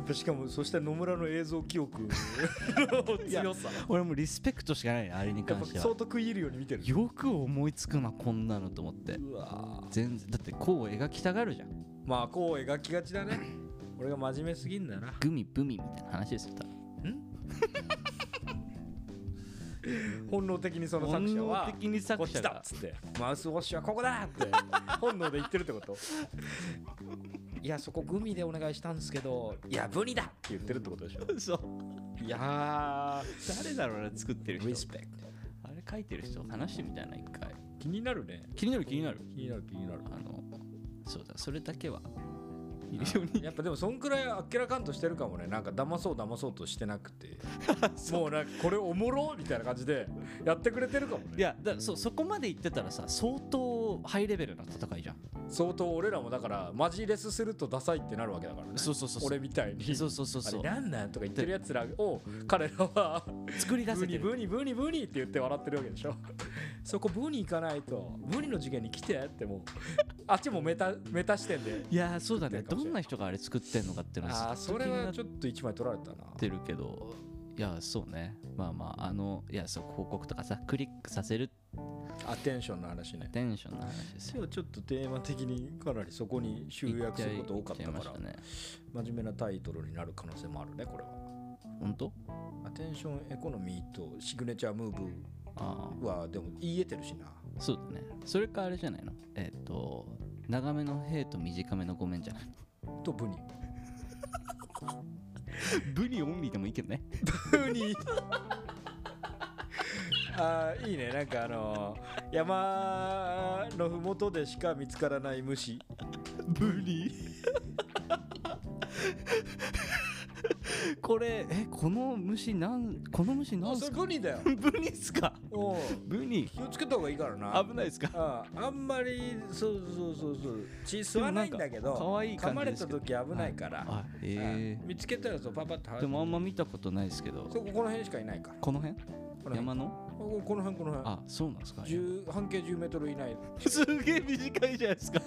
っぱしかもそして野村の映像 記憶の 強さ俺もうリスペクトしかないねあれにやっ関ぱして相当は食い入るように見てるよく思いつくなこんなのと思ってうわ全然だってこう描きたがるじゃんまあこう描きがちだね俺が真面目すぎんだなグミブミみたいな話ですよ多分本能的にその作者は的にこ作っち者だっがつってマウスウォッシュはここだって本能で言ってるってこと いやそこグミでお願いしたんですけどいやブニだって言ってるってことでしょそういや誰だろうな作ってるーリス人ペクトあれ書いてる人話してみたいな一回気になるね気になる気になる気になる気になるあのそうだそれだけはやっぱでもそんくらいあっけらかんとしてるかもねなんか騙そう騙そうとしてなく てもうなんかこれおもろみたいな感じでやってくれてるかもいねやだからそうそこまで言ってたらさ相当ハイレベルな戦いじゃん相当俺らもだからマジレスするとダサいってなるわけだからねそうそうそうそう俺みたいにそうそうそうそうあれなんなんとか言ってるやつらを彼らは作り出ブせてニるブニブニブニって言って笑ってるわけでしょ そこブニ行かないとブニの次元に来てって もうあっちもメタメタ視点でいやーそうだね作ってるかもどしれんなな人があれ作ってんのかっていうのあはあずっそと気れになはっちょっと一枚取られたなてるけどいやそうねまあまああのいやそう広告とかさクリックさせるアテンションの話ねテンションの話ですよ今日ちょっとテーマ的にかなりそこに集約すること多かったか言っちゃらいましたね真面目なタイトルになる可能性もあるねこれは本当アテンションエコノミーとシグネチャームーあブはでも言えてるしなあそうだねそれかあれじゃないのえっ、と長めの「へ」と短めの「ごめん」じゃないとブニ ブリオンリーでもいいけどね風にあーいいねなんかあのー山のふもとでしか見つからない虫 ブリ これえこの虫なんこの虫なあんそすれかブニだよブニっすかおうブニ気をつけた方がいいからな危ないっすかあああんまりそうそうそうそう血吸わないんだでけもなんか可ど愛い噛感まじれでたすけど時危ないから、あうんえ見つけたらそうパパッとえはでもあんま見たことないですけどそうここの辺しかいないからこの辺この辺山のここの辺この辺あそうなんですか10半径10メートル以内すげえ短いじゃないですか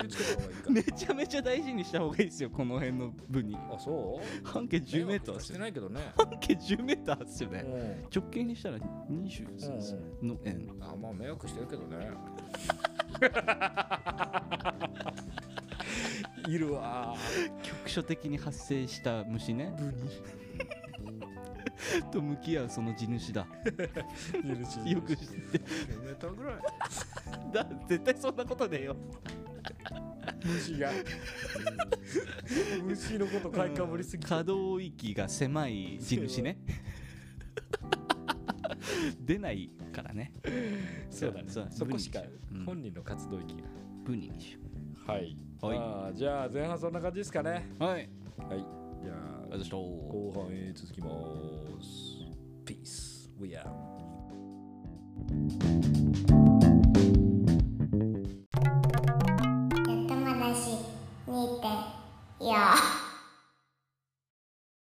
気をつけた方がいい かめちゃめちゃ大事にした方がいいですよこの辺のブニらあそう半径10メートル迷惑でしすてよないけどね、半径10メートルですよ うねん直径にしたら20の円あまあ迷惑してるけど ねいるわ局所的に発生した虫ねブニと向き合うその地主だいるしよく知ってメーターぐらいだ絶対そんなことねえよ虫が虫のこと買いかぶりすぎて可動域が狭い地主ね 出ないからねそうだねそうそこしかうん本人の活動域ブニにしよはいはいあーじゃあ前半そんな感じですかねうはいはいじゃあありがとうございました後半へ続きます。Peace. We out.